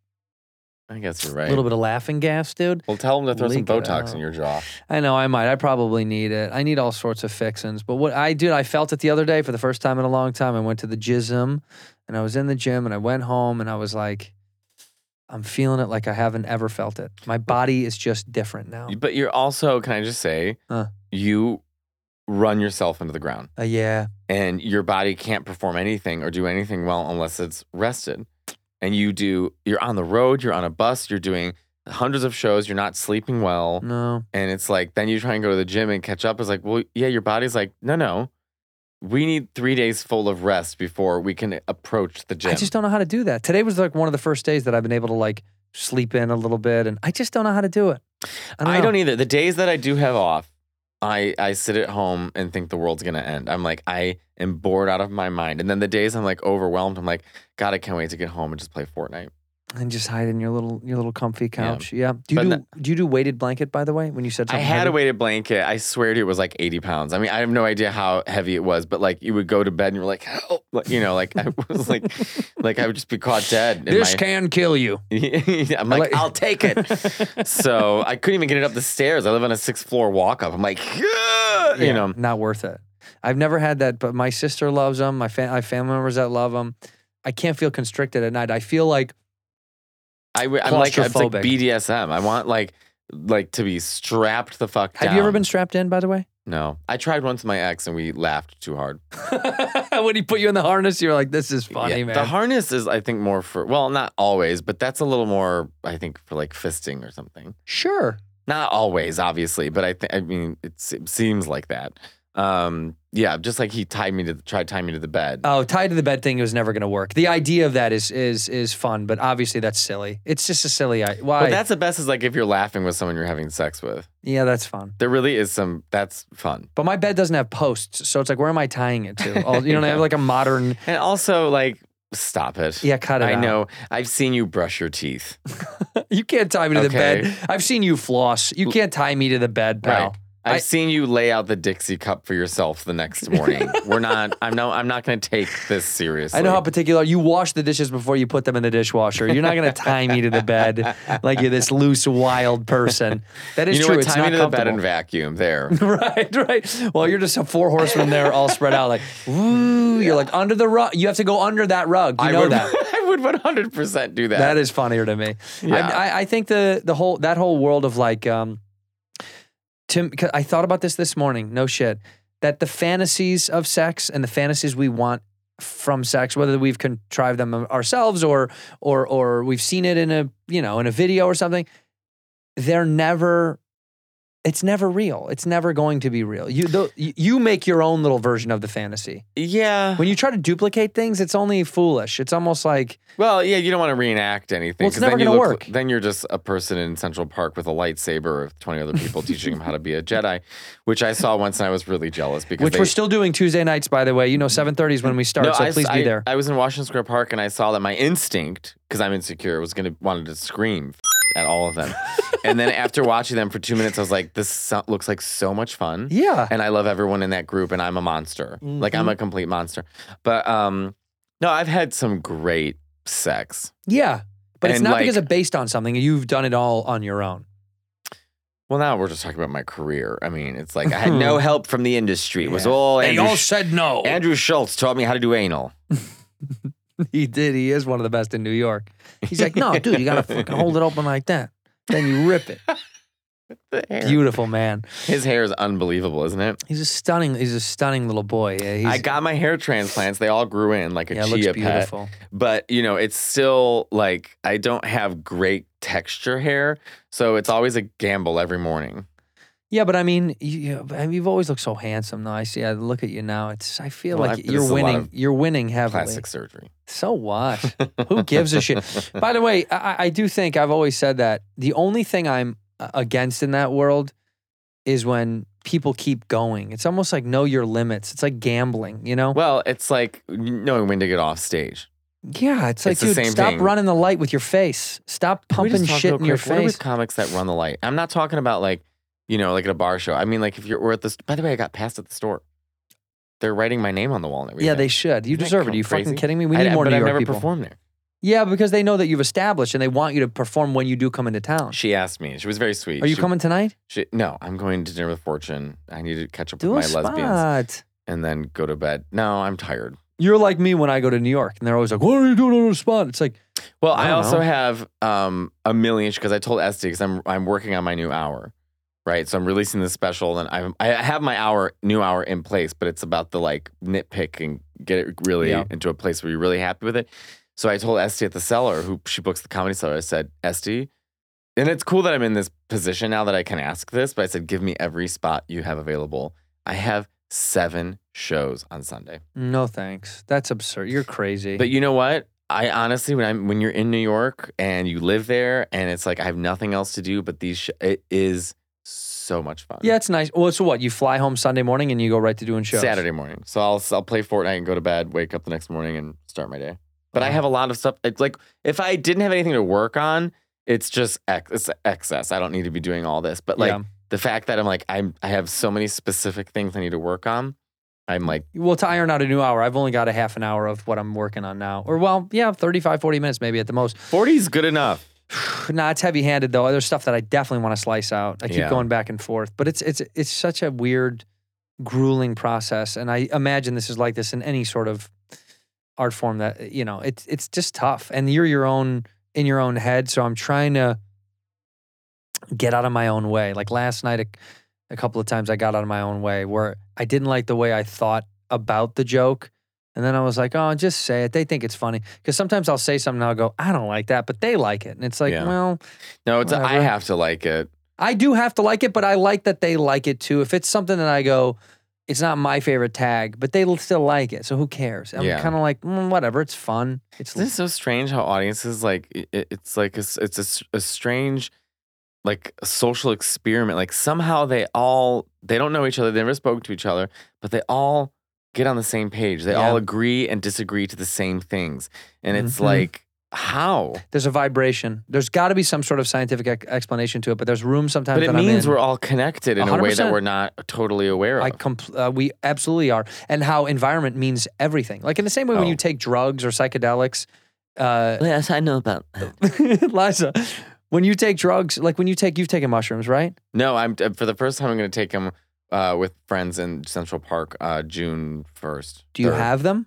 Speaker 9: I guess you're
Speaker 1: A
Speaker 9: right.
Speaker 1: little bit of laughing gas, dude.
Speaker 9: Well, tell them to throw some
Speaker 1: Leak it
Speaker 9: Botox
Speaker 1: out.
Speaker 9: in your jaw.
Speaker 1: I know I might. I probably need it. I need all sorts of fixins. But what I did, I felt it the other day for the first time in a long time. I went to the Jism and I was in the gym and I went home and I was like, I'm feeling it like I haven't ever felt it. My body is just different now.
Speaker 9: But you're also, can I just say,
Speaker 1: Huh.
Speaker 9: you run yourself into the ground
Speaker 1: Uh, yeah.
Speaker 9: and your body can't perform anything or do anything well unless it's rested. And you do, you're on the road, you're on a bus, you're doing hundreds of shows, you're not sleeping well.
Speaker 1: No.
Speaker 9: And it's like, then you try and go to the gym and catch up. It's like, well, yeah, your body's like, no, no. We need three days full of rest before we can approach the gym.
Speaker 1: I just don't know how to do that. Today was like one of the first days that I've been able to like sleep in a little bit and I just don't know how to do it. I don't,
Speaker 9: I
Speaker 1: know.
Speaker 9: don't either. The days that I do have off, I, I sit at home and think the world's gonna end. I'm like, I am bored out of my mind. And then the days I'm like overwhelmed, I'm like, God, I can't wait to get home and just play Fortnite.
Speaker 1: and just hide in your little your little comfy couch. Yeah. Do you
Speaker 9: e But
Speaker 1: do
Speaker 9: no-
Speaker 1: do you do weighted blanket by the way? When you said
Speaker 9: I
Speaker 1: something
Speaker 9: had
Speaker 1: heavy?
Speaker 9: a weighted blanket. I swear to you, it was like 80 pounds. I mean, I have no idea how heavy it was, but like you would go to bed and you're like, help. Like, you know, like I was like, like I would just be caught dead. in
Speaker 1: This
Speaker 9: my-
Speaker 1: can kill you.
Speaker 9: I'm like,
Speaker 1: like-
Speaker 9: I'll take it. so I couldn't even get it up the stairs. I live on a six floor walk up. I'm like, you know.
Speaker 1: not worth it. I've never had that, but my sister loves them. My, fa- my family members that love them. I can't feel constricted at night. I feel like
Speaker 9: I, w- I'm like, it's like
Speaker 1: Claustrophobic.
Speaker 9: BDSM. I want like, like to be strapped the fuck down.
Speaker 1: have you ever been strapped in? By the way,
Speaker 9: No, I tried once with my ex and we laughed too hard.
Speaker 1: when he put you in the harness, you're like, "This is funny,
Speaker 9: Yeah.
Speaker 1: man."
Speaker 9: The harness is, I think, more for well, not always, but that's a little more, I think, for like fisting or something.
Speaker 1: sure,
Speaker 9: Not always, obviously, but I think, I mean, it, se- seems like that. Um, yeah, just like he tied me to, the, tried to tie me to the bed.
Speaker 1: Oh, tied to the bed thing was never going to work. The idea of that is is is fun, but obviously that's silly. It's just a silly idea. Why?
Speaker 9: but that's the best is like if you're laughing with someone you're having sex with.
Speaker 1: yeah, that's fun.
Speaker 9: There really is some. That's fun.
Speaker 1: But my bed doesn't have posts, so it's like, where am I tying it to? Oh, you know, I have like a modern.
Speaker 9: And also, like, stop it.
Speaker 1: Yeah, cut it.
Speaker 9: I
Speaker 1: out.
Speaker 9: know. I've seen you brush your teeth.
Speaker 1: you can't tie me to the
Speaker 9: Okay.
Speaker 1: bed. I've seen you floss. You can't tie me to the bed, pal.
Speaker 9: I've
Speaker 1: I-
Speaker 9: seen you lay out the Dixie cup for yourself the next morning. We're not. I'm no. I'm not going to take this seriously.
Speaker 1: I know how particular you wash the dishes before you put them in the dishwasher. You're not going to tie me to the bed like you're this loose, wild person. That is
Speaker 9: you know
Speaker 1: true.
Speaker 9: what?
Speaker 1: It's
Speaker 9: Tie
Speaker 1: not
Speaker 9: me to the bed and
Speaker 1: comfortable.
Speaker 9: vacuum. There.
Speaker 1: Right, right. Well, you're just a four horsemen there, all spread out, like, ooh, you're like under the rug. You have to go under that rug. You
Speaker 9: I
Speaker 1: know
Speaker 9: would,
Speaker 1: that.
Speaker 9: I would 100 percent do that.
Speaker 1: That is funnier to me. I, I, I think the the whole that whole world of like um, Tim. 'cause I thought about this this morning. No shit. That the fantasies of sex and the fantasies we want from sex, whether we've contrived them ourselves or or or we've seen it in a you know in a video or something, they're never. It's never real. It's never going to be real. You though, you you make your own little version of the fantasy.
Speaker 9: yeah.
Speaker 1: When you try to duplicate things, it's only foolish. It's almost like
Speaker 9: well, yeah. You don't want to reenact anything.
Speaker 1: Well, it's
Speaker 9: 'cause
Speaker 1: never
Speaker 9: then you
Speaker 1: gonna
Speaker 9: look-
Speaker 1: work.
Speaker 9: Then you're just a person in Central Park with a lightsaber of 20 other people teaching him how to be a Jedi, which I saw once and I was really jealous because
Speaker 1: Which
Speaker 9: they,
Speaker 1: we're still doing Tuesday nights, by the way. You know, 7.30 is when we start, so
Speaker 9: I,
Speaker 1: please
Speaker 9: I-
Speaker 1: be there.
Speaker 9: I was in Washington Square Park and I saw that my instinct, because I'm insecure, was gonna wanted to scream at all of them. and then after watching them for two minutes, I was like, this so- looks like so much fun.
Speaker 1: yeah. Mm-hmm.
Speaker 9: And I love everyone in that group, and I'm a monster. Like I'm a complete monster. But um, no, I've had some great sex.
Speaker 1: Yeah. But it's
Speaker 9: And,
Speaker 1: not
Speaker 9: like-
Speaker 1: because it's based on something. You've done it all on your own.
Speaker 9: Well, now we're just talking about my career. I mean, it's like I had no help from the industry. It was all Andrew, Sch-
Speaker 1: said no.
Speaker 9: Andrew Schultz taught me how to do anal.
Speaker 1: he did. He is one of the best in New York. He's like, no, dude, you got to fucking hold it open like that. Then you rip it. Beautiful man.
Speaker 9: His hair is unbelievable, isn't it?
Speaker 1: He's a stunning, he's a stunning little boy. Yeah, he's,
Speaker 9: I got my hair transplants. They all grew in like a
Speaker 1: yeah, it looks
Speaker 9: chia pet.
Speaker 1: beautiful.
Speaker 9: But you know, it's still like I don't have great texture hair, so it's always a gamble every morning.
Speaker 1: Yeah, but I mean, you, you, I mean, you've always looked so handsome. Though I see, I look at you now. It's, I feel
Speaker 9: Well,
Speaker 1: like
Speaker 9: I've- this is
Speaker 1: you're
Speaker 9: a lot
Speaker 1: winning.
Speaker 9: of
Speaker 1: You're winning heavily.
Speaker 9: Plastic surgery.
Speaker 1: So what? Who gives a shit? By the way, I, I do think I've always said that the only thing I'm uh, against in that world is when people keep going. It's almost like know your limits. It's like gambling, you know?
Speaker 9: Well, it's like knowing when to get off stage.
Speaker 1: yeah, it's like,
Speaker 9: it's the
Speaker 1: dude,
Speaker 9: same
Speaker 1: stop
Speaker 9: thing.
Speaker 1: running the light with your face. Stop
Speaker 9: Can we
Speaker 1: pumping
Speaker 9: just talk
Speaker 1: shit
Speaker 9: real
Speaker 1: in your
Speaker 9: quick? What are with
Speaker 1: face.
Speaker 9: comics that run the light? I'm not talking about like, you know, like at a bar show. I mean, like if you're or at this. By the way, I got passed at the store. They're writing my name on the wall. And
Speaker 1: Yeah,
Speaker 9: everything.
Speaker 1: they should. You
Speaker 9: Isn't that
Speaker 1: deserve it. Are
Speaker 9: kinda
Speaker 1: you
Speaker 9: crazy?
Speaker 1: fucking kidding me? We need
Speaker 9: I,
Speaker 1: more
Speaker 9: but
Speaker 1: New
Speaker 9: I've
Speaker 1: York
Speaker 9: never
Speaker 1: people.
Speaker 9: performed there.
Speaker 1: Yeah, because they know that you've established and they want you to perform when you do come into town.
Speaker 9: She asked me. She was very sweet.
Speaker 1: Are you
Speaker 9: She-
Speaker 1: coming tonight?
Speaker 9: She, no, I'm going to dinner with Fortune. I need to catch up
Speaker 1: Do
Speaker 9: with
Speaker 1: a
Speaker 9: my
Speaker 1: spot.
Speaker 9: lesbians and then go to bed. No, I'm tired.
Speaker 1: You're like me when I go to New York, and they're always like, "What are you doing on a spot?" It's like,
Speaker 9: Well,
Speaker 1: I
Speaker 9: I,
Speaker 1: don't
Speaker 9: also
Speaker 1: know.
Speaker 9: have um, a million because I told Esty because I'm I'm working on my new hour, right? So I'm releasing this special, and I I have my hour new hour in place, but it's about the like nitpick and get it really
Speaker 1: Yeah.
Speaker 9: into a place where you're really happy with it. So I told Esty at the cellar, who she books the comedy cellar. I said, Esty, and it's cool that I'm in this position now that I can ask this, but I said, give me every spot you have available. I have seven shows on Sunday.
Speaker 1: "No thanks. That's absurd. You're crazy."
Speaker 9: But you know what? I honestly, when I'm when you're in New York and you live there, and it's like I have nothing else to do but these. Sh- it is so much fun.
Speaker 1: yeah, it's nice. Well, so what? You fly home Sunday morning and you go right to doing shows
Speaker 9: Saturday morning. So I'll I'll play Fortnite and go to bed, wake up the next morning, and start my day. But I have a lot of stuff. It's like if I didn't have anything to work on, it's just ex- it's excess. I don't need to be doing all this. But like
Speaker 1: Yeah.
Speaker 9: the fact that I'm like I'm I have so many specific things I need to work on. I'm like
Speaker 1: Well, to iron out a new hour, I've only got a half an hour of what I'm working on now. Or, well, yeah, 35, 40 minutes maybe at the most.
Speaker 9: 40 is good enough.
Speaker 1: nah, it's heavy handed though. There's stuff that I definitely want to slice out. I keep
Speaker 9: Yeah.
Speaker 1: going back and forth, but it's it's it's such a weird, grueling process, and I imagine this is like this in any sort of art form that you know it's it's just tough, and you're your own in your own head. So I'm trying to get out of my own way. Like last night, a, a couple of times I got out of my own way where I didn't like the way I thought about the joke. And then I was like, oh, just say it. They think it's funny. Because sometimes I'll say something and I'll go, I don't like that, but they like it. And it's like,
Speaker 9: Yeah.
Speaker 1: well,
Speaker 9: No, it's I
Speaker 1: Whatever.
Speaker 9: have to like it.
Speaker 1: I do have to like it, but I like that they like it too. If it's something that I go, it's not my favorite tag, but they will still like it. So who cares? I'm
Speaker 9: Yeah.
Speaker 1: kind of like, mm, whatever. It's fun. It's
Speaker 9: Isn't it so strange how audiences like i- i it's like a, s- it's a s- a, strange like social experiment. Like somehow they all they don't know each other, they never spoke to each other, but they all get on the same page. They all
Speaker 1: Yeah.
Speaker 9: agree and disagree to the same things, and it's
Speaker 1: Mhm.
Speaker 9: like how.
Speaker 1: there's a vibration. There's got to be some sort of scientific ec- explanation to it, but there's room sometimes.
Speaker 9: But it
Speaker 1: that I'm
Speaker 9: means
Speaker 1: in.
Speaker 9: we're all connected in a way that
Speaker 1: 100%.
Speaker 9: we're not totally aware of.
Speaker 1: I compl- uh, we absolutely are, and how environment means everything. Like in the same way, when
Speaker 9: Oh.
Speaker 1: you take drugs or psychedelics, uh,
Speaker 9: yes, I know about. That.
Speaker 1: Liza, when you take drugs, like when you take, you've taken mushrooms, right?
Speaker 9: No, I'm uh, for the first time. I'm going to take him uh, with friends in Central Park uh, June first.
Speaker 1: Do you have them?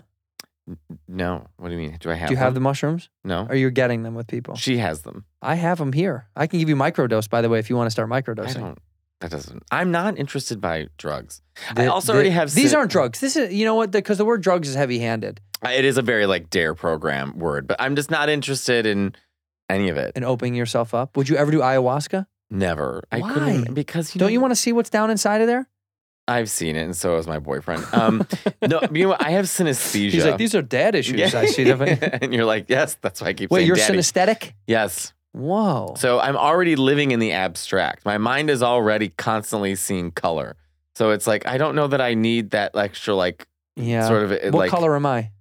Speaker 9: No. What do you mean? Do I have?
Speaker 1: Do you have the
Speaker 9: them?
Speaker 1: mushrooms?
Speaker 9: No.
Speaker 1: Or you're getting them with people?
Speaker 9: She has them.
Speaker 1: I have them here. I can give you microdose, by the way, if you want to start
Speaker 9: I
Speaker 1: microdosing.
Speaker 9: don't. That doesn't. I'm not interested by drugs. I
Speaker 1: The-
Speaker 9: also
Speaker 1: the-
Speaker 9: already have.
Speaker 1: These
Speaker 9: sin-
Speaker 1: aren't drugs. This is, you know what? Because the, word drugs is heavy-handed
Speaker 9: It is a very like dare program word, but I'm just not interested in any of it.
Speaker 1: and opening yourself up. Would you ever do ayahuasca?
Speaker 9: Never. I
Speaker 1: Why?
Speaker 9: couldn't because you
Speaker 1: Don't
Speaker 9: know,
Speaker 1: you want to see what's down inside of there?
Speaker 9: I've seen it, and so has my boyfriend. Um, no, you know what? I have synesthesia.
Speaker 1: He's like, these are dad issues. I see them.
Speaker 9: and you're like, yes, that's why I keep
Speaker 1: Wait,
Speaker 9: saying
Speaker 1: you're
Speaker 9: daddy.
Speaker 1: synesthetic?
Speaker 9: yes.
Speaker 1: Whoa.
Speaker 9: So I'm already living in the abstract. My mind is already constantly seeing color. So it's like I don't know that I need that extra like
Speaker 1: yeah.
Speaker 9: sort of it,
Speaker 1: what
Speaker 9: like
Speaker 1: color am I?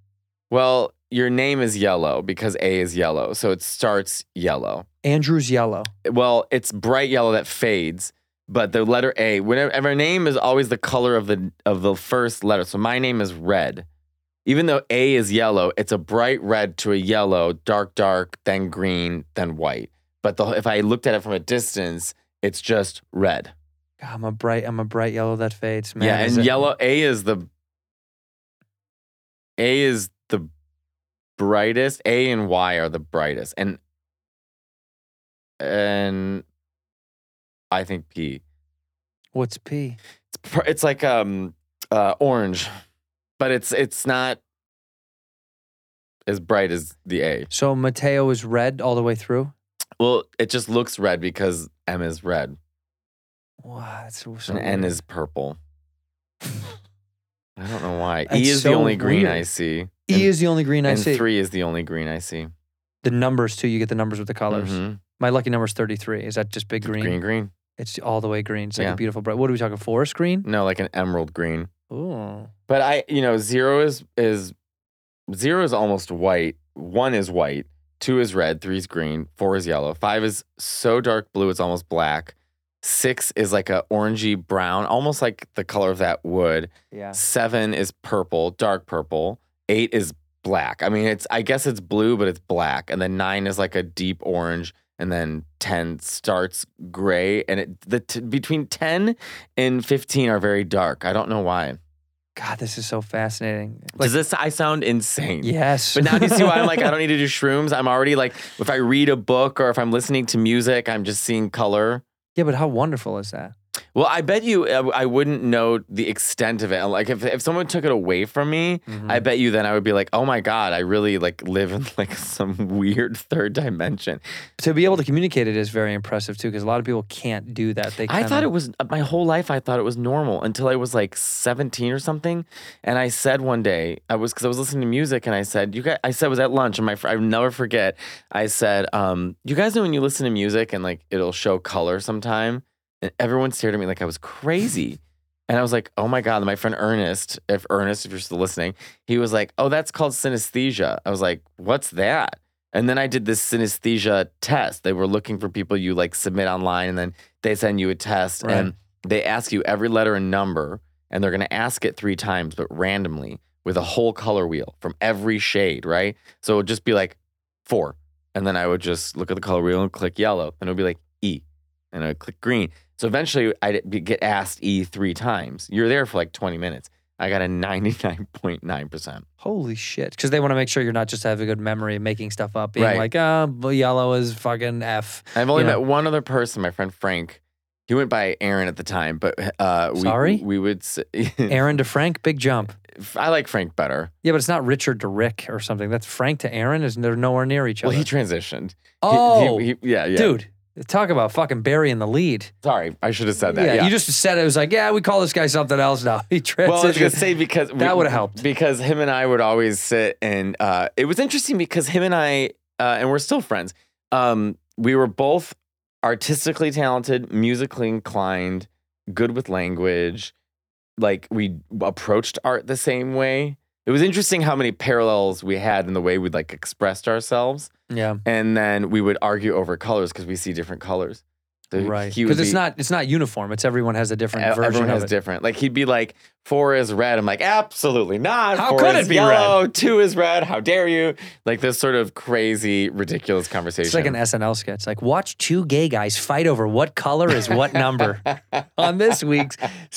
Speaker 9: well, your name is yellow because A is yellow. So it starts yellow.
Speaker 1: Andrew's yellow.
Speaker 9: Well, it's bright yellow that fades, but the letter A, whenever our name is always the color of the of the first letter. So my name is red. Even though A is yellow, it's a bright red to a yellow, dark, dark, then green, then white. But the, if I looked at it from a distance, it's just red.
Speaker 1: God, I'm a bright. I'm a bright yellow that fades, man.
Speaker 9: yeah,
Speaker 1: Is
Speaker 9: and
Speaker 1: it-
Speaker 9: yellow A is the A is the brightest. A and Y are the brightest, and and I think P.
Speaker 1: What's P?
Speaker 9: It's pr- it's like um uh, orange, but it's it's not as bright as the A.
Speaker 1: So Mateo is red all the way through.
Speaker 9: Well, it just looks red because M is red
Speaker 1: Wow, that's so
Speaker 9: and N
Speaker 1: weird.
Speaker 9: is purple. I don't know why.
Speaker 1: That's
Speaker 9: e is
Speaker 1: so
Speaker 9: the only green
Speaker 1: weird.
Speaker 9: I see.
Speaker 1: E
Speaker 9: and-
Speaker 1: is the only green I
Speaker 9: and
Speaker 1: see.
Speaker 9: three is the only green I see.
Speaker 1: The numbers too. You get the numbers with the colors.
Speaker 9: Mhm.
Speaker 1: My lucky number is 33. Is that just big green?
Speaker 9: green,
Speaker 1: It's all the way green. It's like
Speaker 9: Yeah. Mm.
Speaker 1: a beautiful bright. What are we talking? Forest green?
Speaker 9: No, like an emerald green.
Speaker 1: Ooh.
Speaker 9: But I, you know, zero is is zero is almost white. One is white. Two is red. Three is green. Four is yellow. Five is so dark blue it's almost black. Six is like a orangey brown, almost like the color of that wood.
Speaker 1: Yeah.
Speaker 9: Seven is purple, dark purple. Eight is black. I mean, it's I guess it's blue, but it's black. And then nine is like a deep orange, and then ten starts gray. And it the t- between ten and fifteen are very dark. I don't know why.
Speaker 1: God, this is so fascinating.
Speaker 9: Does this I sound insane?
Speaker 1: Yes.
Speaker 9: But now do you see why I'm like I don't need to do shrooms. I'm already like if I read a book or if I'm listening to music, I'm just seeing color.
Speaker 1: yeah, but how wonderful is that?
Speaker 9: Well, I bet you uh, I wouldn't know the extent of it. Like if, if someone took it away from me, I bet you then I would be like, "Oh my god, I really like live in like some weird third dimension."
Speaker 1: To be able to communicate it is very impressive too, because a lot of people can't do that. They
Speaker 9: I thought
Speaker 1: kinda-
Speaker 9: it was uh, my whole life I thought it was normal until I was like 17 or something and I said one day I was cuz I was listening to music and I said, "You guys I said I was at lunch and my fr- I'll never forget. I said, um, you guys know when you listen to music and like it'll show color sometime?" And everyone stared at me like I was crazy. And I was like, oh my God. And my friend Ernest, if Ernest, if you're still listening, he was like, oh, that's called synesthesia. I was like, what's that? And then I did this synesthesia test. They were looking for people you like submit online and then they send you a test
Speaker 1: Right.
Speaker 9: and they ask you every letter and number and they're going to ask it three times, but randomly with a whole color wheel from every shade, right? So it would just be like four. And then I would just look at the color wheel and click yellow and it would be like E and I would click green. So eventually, I get asked E three times. You're there for like 20 minutes. I got a 99.9%.
Speaker 1: holy shit, because they want to make sure you're not just having a good memory and making stuff up, being
Speaker 9: Right.
Speaker 1: like, ah, oh, yellow is fucking F.
Speaker 9: I've only
Speaker 1: Yeah.
Speaker 9: met one other person, my friend Frank. He went by Aaron at the time, but uh, we,
Speaker 1: Sorry?
Speaker 9: we would. Say,
Speaker 1: Aaron to Frank, big jump.
Speaker 9: I like Frank better.
Speaker 1: Yeah, but it's not Richard to Rick or something. That's Frank to Aaron. Is they're nowhere near each
Speaker 9: Well,
Speaker 1: other.
Speaker 9: he transitioned. He-
Speaker 1: Oh,
Speaker 9: he- he- yeah, yeah.
Speaker 1: dude, talk about fucking burying the lead.
Speaker 9: sorry, I should have said that.
Speaker 1: yeah,
Speaker 9: Yeah,
Speaker 1: you just said it was like, yeah, we call this guy something else now. He transitioned.
Speaker 9: Well, I was gonna say because we-
Speaker 1: That would've helped.
Speaker 9: because him and I would always sit and uh, it was interesting because him and I uh, and we're still friends. Um, we were both artistically talented, musically inclined, good with language. Like we approached art the same way. It was interesting how many parallels we had in the way we'd like expressed ourselves,
Speaker 1: yeah,
Speaker 9: and then we would argue over colors because we see different colors. So
Speaker 1: right.
Speaker 9: he would
Speaker 1: Because it's
Speaker 9: be-
Speaker 1: not it's not uniform. It's everyone has a different
Speaker 9: E-
Speaker 1: version
Speaker 9: Everyone
Speaker 1: of
Speaker 9: has
Speaker 1: it.
Speaker 9: different. Like he'd be like, four is red. I'm like, absolutely not.
Speaker 1: How
Speaker 9: Four
Speaker 1: could
Speaker 9: is
Speaker 1: it be
Speaker 9: yellow. Two is red. How dare you? Like this sort of crazy, ridiculous conversation.
Speaker 1: It's like an e-, SNL sketch. Like, watch two gay guys fight over what color is what number on this week's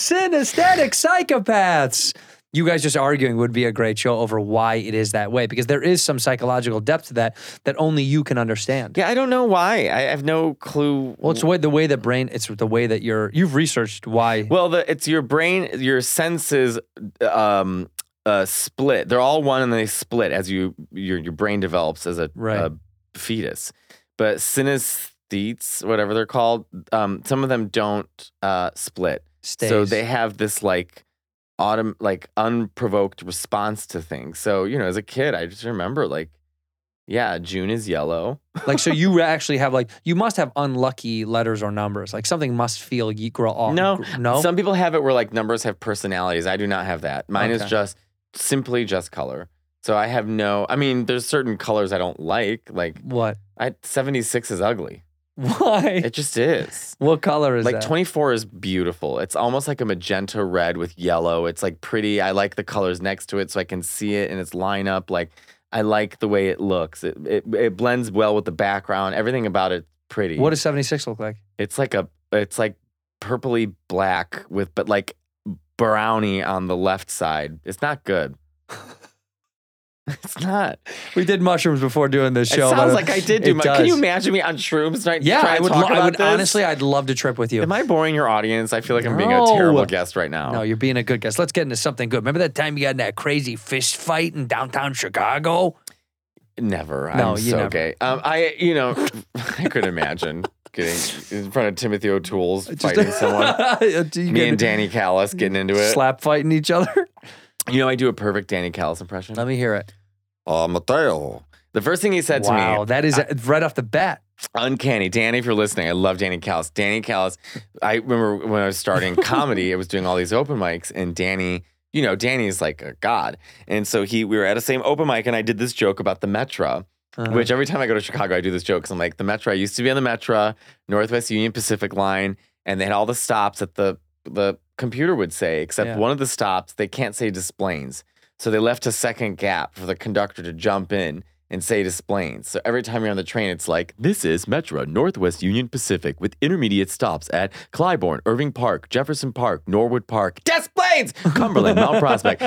Speaker 1: Synesthetic Psychopaths. You guys just arguing would be a great show over why it is that way because there is some psychological depth to that that only you can understand.
Speaker 9: yeah, I don't know why. I have no clue.
Speaker 1: Well, it's the way, the way that brain, it's the way that you're, you've researched why.
Speaker 9: Well, the, it's your brain, your senses um, uh, split. They're all one, and they split as you your your brain develops as a,
Speaker 1: Right.
Speaker 9: a fetus. But synesthetes, whatever they're called, um, some of them don't uh, split. So
Speaker 1: Stays.
Speaker 9: they have this like autumn like unprovoked response to things. So, you know, as a kid, I just remember like, yeah, June is yellow.
Speaker 1: like, so you actually have like, you must have unlucky letters or numbers. Like, something must feel ye- grow off.
Speaker 9: No,
Speaker 1: no.
Speaker 9: Some people have it where like numbers have personalities. I do not have that. Mine is
Speaker 1: Okay.
Speaker 9: just simply just color. So I have no I mean, there's certain colors I don't like. Like
Speaker 1: what?
Speaker 9: I 76 is ugly.
Speaker 1: Why?
Speaker 9: It just is.
Speaker 1: what color is
Speaker 9: like
Speaker 1: that?
Speaker 9: 24 is beautiful. It's almost like a magenta red with yellow. It's like pretty. I like the colors next to it so I can see it in its lineup. Like I like the way it looks. It it, it blends well with the background. Everything about it pretty.
Speaker 1: What does 76 look like?
Speaker 9: it's like a it's like purpley black with but like brownie on the left side. It's not good. it's not.
Speaker 1: We did mushrooms before doing this show.
Speaker 9: it
Speaker 1: but
Speaker 9: sounds like I did do
Speaker 1: it
Speaker 9: my Can
Speaker 1: does.
Speaker 9: you imagine me on shrooms night?
Speaker 1: Yeah,
Speaker 9: trying
Speaker 1: I
Speaker 9: to
Speaker 1: would.
Speaker 9: talk
Speaker 1: lo- I
Speaker 9: about
Speaker 1: would
Speaker 9: this?
Speaker 1: honestly, I'd love to trip with you.
Speaker 9: Am I boring your audience? I feel like I'm being a
Speaker 1: No.
Speaker 9: terrible guest right now.
Speaker 1: no, you're being a good guest. Let's get into something good. Remember that time you got in that crazy fist fight in downtown Chicago?
Speaker 9: Never.
Speaker 1: No,
Speaker 9: I'm
Speaker 1: you
Speaker 9: so
Speaker 1: never.
Speaker 9: gay. Um, I, you know, I could imagine getting in front of Timothy O'Toole's fighting someone.
Speaker 1: Do you
Speaker 9: Me
Speaker 1: get
Speaker 9: and Danny Callis getting into it.
Speaker 1: slap fighting each other?
Speaker 9: You know, I do a perfect Danny Callis impression.
Speaker 1: Let me hear it.
Speaker 9: Oh, Mateo. The first thing he said
Speaker 1: wow,
Speaker 9: to me,
Speaker 1: that is right off the bat.
Speaker 9: uncanny. Danny, if you're listening, I love Danny Callis. Danny Callis, I remember when I was starting comedy, I was doing all these open mics, and Danny, you know, Danny is like a god. And so he, we were at a same open mic, and I did this joke about the Metra.
Speaker 1: Uh-huh.
Speaker 9: Which every time I go to Chicago, I do this joke because I'm like, the Metro. I used to be on the Metro, Northwest Union Pacific line, and they had all the stops that the the computer would say, except
Speaker 1: Yeah.
Speaker 9: one of the stops they can't say Displains. So they left a second gap for the conductor to jump in and say displains. So every time you're on the train, it's like, this is Metro Northwest Union Pacific with intermediate stops at Clybourne, Irving Park, Jefferson Park, Norwood Park, Desplains, Cumberland, Mount Prospect.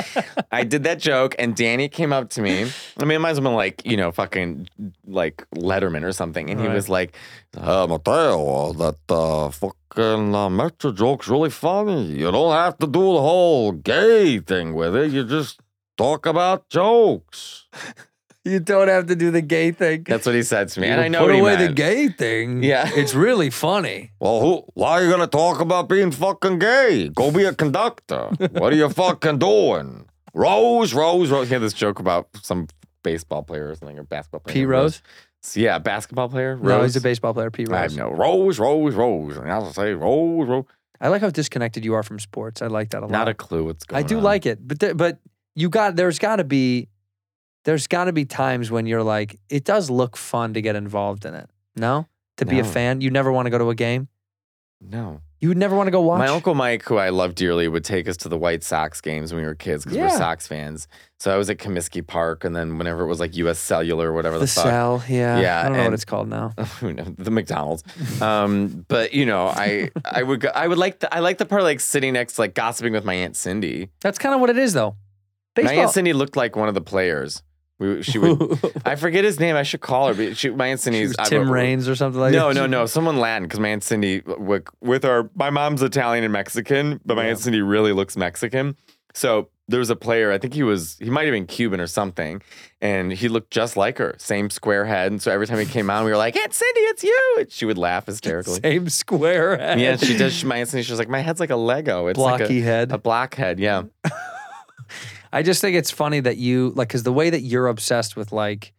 Speaker 9: I did that joke and Danny came up to me. I mean, it might as well been like, you know, fucking like Letterman or something. And he
Speaker 1: Right.
Speaker 9: was like, uh, Mateo, that uh, fucking uh, Metro joke's really funny. You don't have to do the whole gay thing with it. You just talk about jokes.
Speaker 1: You don't have to do the gay thing.
Speaker 9: That's what he said to me.
Speaker 1: You
Speaker 9: and I know
Speaker 1: put
Speaker 9: what he
Speaker 1: away the
Speaker 9: meant.
Speaker 1: gay thing.
Speaker 9: Yeah.
Speaker 1: it's really funny.
Speaker 9: Well, who, why are you gonna talk about being fucking gay? Go be a conductor. what are you fucking doing? Rose, Rose, Rose. He had this joke about some baseball player or something or basketball player.
Speaker 1: Pete Rose.
Speaker 9: Yeah, basketball player. Rose.
Speaker 1: No, he's a baseball player. Pete
Speaker 9: I
Speaker 1: Rose.
Speaker 9: know. Rose, Rose, Rose. And I was say Rose, Rose.
Speaker 1: I like how disconnected you are from sports. I like that a lot.
Speaker 9: Not a clue what's
Speaker 1: I
Speaker 9: going on.
Speaker 1: do like it, but there, but you got there's got to be there's got to be times when you're like it does look fun to get involved in it. No, to be a
Speaker 9: No.
Speaker 1: fan, you never want to go to a game.
Speaker 9: No.
Speaker 1: You would never want to go watch.
Speaker 9: My uncle Mike, who I love dearly, would take us to the White Sox games when we were kids because we
Speaker 1: Yeah.
Speaker 9: were Sox fans. So I was at Comiskey Park, and then whenever it was like U.S. Cellular or whatever
Speaker 1: the,
Speaker 9: the, fuck.
Speaker 1: cell. Yeah,
Speaker 9: Yeah,
Speaker 1: I don't know what
Speaker 9: and-
Speaker 1: it's called now.
Speaker 9: who knows the McDonald's. Um, but you know, I I would go, I would like the I like the part like sitting next to, like gossiping with my aunt Cindy.
Speaker 1: That's kind of what it is though. Baseball.
Speaker 9: My aunt Cindy looked like one of the players. We she would I forget his name. I should call her. But she, my aunt Cindy's I-
Speaker 1: Tim Raines or something like
Speaker 9: No,
Speaker 1: that.
Speaker 9: no, no. Someone Latin because my aunt Cindy w- with our my mom's Italian and Mexican, but my aunt Cindy really looks Mexican. So there was a player. I think he was he might have been Cuban or something, and he looked just like her, same square head. And so every time he came on, we were like, "Aunt Cindy, it's you!" And she would laugh hysterically.
Speaker 1: Same square. Head.
Speaker 9: Yeah, she does. She, my aunt Cindy, she's like, "My head's like a Lego. It's like
Speaker 1: Blocky
Speaker 9: a,
Speaker 1: head. Mm-hmm.
Speaker 9: a block head." Yeah,
Speaker 1: I just think it's funny that you like because the way that you're obsessed with like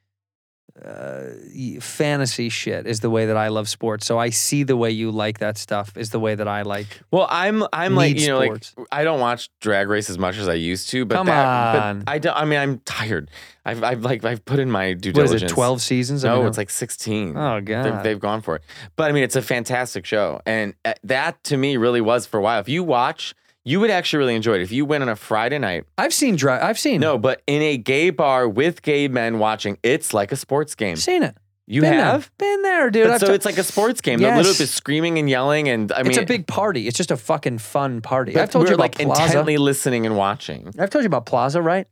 Speaker 1: uh, y- fantasy shit is the way that I love sports. So I see the way you like that stuff is the way that I like.
Speaker 9: Well, I'm I'm like
Speaker 1: Need
Speaker 9: you know
Speaker 1: sports.
Speaker 9: like I don't watch drag race as much as I used to, but
Speaker 1: Come
Speaker 9: that,
Speaker 1: on.
Speaker 9: but I don't. I mean, I'm tired. I've I've like I've put in my due
Speaker 1: What is
Speaker 9: diligence.
Speaker 1: it? Twelve seasons? I
Speaker 9: No,
Speaker 1: mean,
Speaker 9: it's like sixteen.
Speaker 1: Oh, God.
Speaker 9: they've, they've gone for it. But I mean, it's a fantastic show, and uh, that to me really was for a while. If you watch, you would actually really enjoy it. If you went on a Friday night,
Speaker 1: I've seen. Dry, I've seen.
Speaker 9: no, but in a gay bar with gay men watching, it's like a sports game.
Speaker 1: seen it.
Speaker 9: You
Speaker 1: Been there.
Speaker 9: have.
Speaker 1: been there, dude.
Speaker 9: But
Speaker 1: I've
Speaker 9: so
Speaker 1: t-
Speaker 9: it's like a sports game. They're
Speaker 1: Yes.
Speaker 9: literally just screaming and yelling, and I mean,
Speaker 1: it's a big party. It's just a fucking fun party.
Speaker 9: but
Speaker 1: I've told
Speaker 9: we're,
Speaker 1: you about
Speaker 9: like
Speaker 1: Plaza.
Speaker 9: intently listening and watching.
Speaker 1: I've told you about Plaza, right?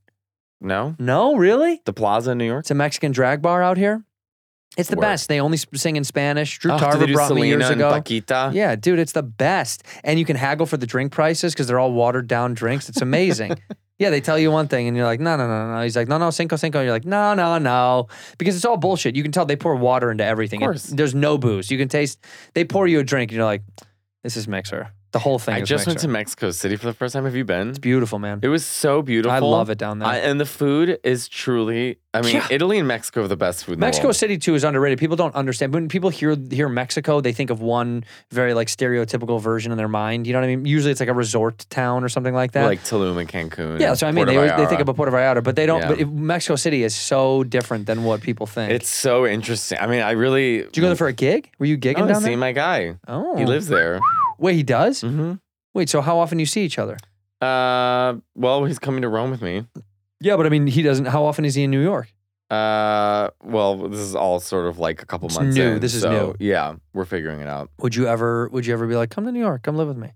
Speaker 9: No,
Speaker 1: No, really.
Speaker 9: The Plaza in New York?
Speaker 1: It's a Mexican drag bar out here. It's the
Speaker 9: Word.
Speaker 1: best. They only sp- sing in Spanish. Drew
Speaker 9: Oh, do they
Speaker 1: Tarver
Speaker 9: do
Speaker 1: brought me
Speaker 9: Selena
Speaker 1: years
Speaker 9: and
Speaker 1: ago.
Speaker 9: Paquita?
Speaker 1: Yeah, dude, it's the best. And you can haggle for the drink prices because they're all watered down drinks. It's amazing. yeah, they tell you one thing and you're like, no, no, no, no. He's like, no, no, cinco, cinco. And you're like, no, no, no. Because it's all bullshit. You can tell they pour water into everything. It-
Speaker 9: course.
Speaker 1: there's no booze. You can taste, they pour you a drink and you're like, this is mixer. The whole thing
Speaker 9: I
Speaker 1: is
Speaker 9: just went
Speaker 1: mixer.
Speaker 9: to Mexico City for the first time. Have you been?
Speaker 1: It's beautiful, man.
Speaker 9: It was so beautiful.
Speaker 1: I love it down there.
Speaker 9: I- and the food is truly, I mean,
Speaker 1: Yeah.
Speaker 9: Italy and Mexico are the best food in
Speaker 1: Mexico
Speaker 9: the world.
Speaker 1: City too is underrated. People don't understand. When people hear hear Mexico, they think of one very like stereotypical version in their mind. You know what I mean? Usually it's like a resort town or something like that.
Speaker 9: Like Tulum and Cancun.
Speaker 1: Yeah, that's what I mean.
Speaker 9: Puerto
Speaker 1: They, always, they think
Speaker 9: Vallarta.
Speaker 1: about Puerto Vallarta, but they don't.
Speaker 9: Yeah.
Speaker 1: But it, Mexico City is so different than what people think.
Speaker 9: It's so interesting. I mean, I really.
Speaker 1: Did you go there for a gig? Were you gigging
Speaker 9: I
Speaker 1: down
Speaker 9: see
Speaker 1: there?
Speaker 9: my guy.
Speaker 1: Oh, Mm-hmm.
Speaker 9: He lives there.
Speaker 1: Wait, he does.
Speaker 9: hmm
Speaker 1: Wait, so how often do you see each other?
Speaker 9: Uh, well, he's coming to Rome with me.
Speaker 1: Yeah, but I mean, he doesn't. How often is he in New York?
Speaker 9: Uh, well, this is all sort of like a couple
Speaker 1: It's
Speaker 9: months
Speaker 1: new.
Speaker 9: in,
Speaker 1: This is
Speaker 9: so,
Speaker 1: new.
Speaker 9: Yeah, we're figuring it out.
Speaker 1: Would you ever? Would you ever be like, come to New York, come live with me?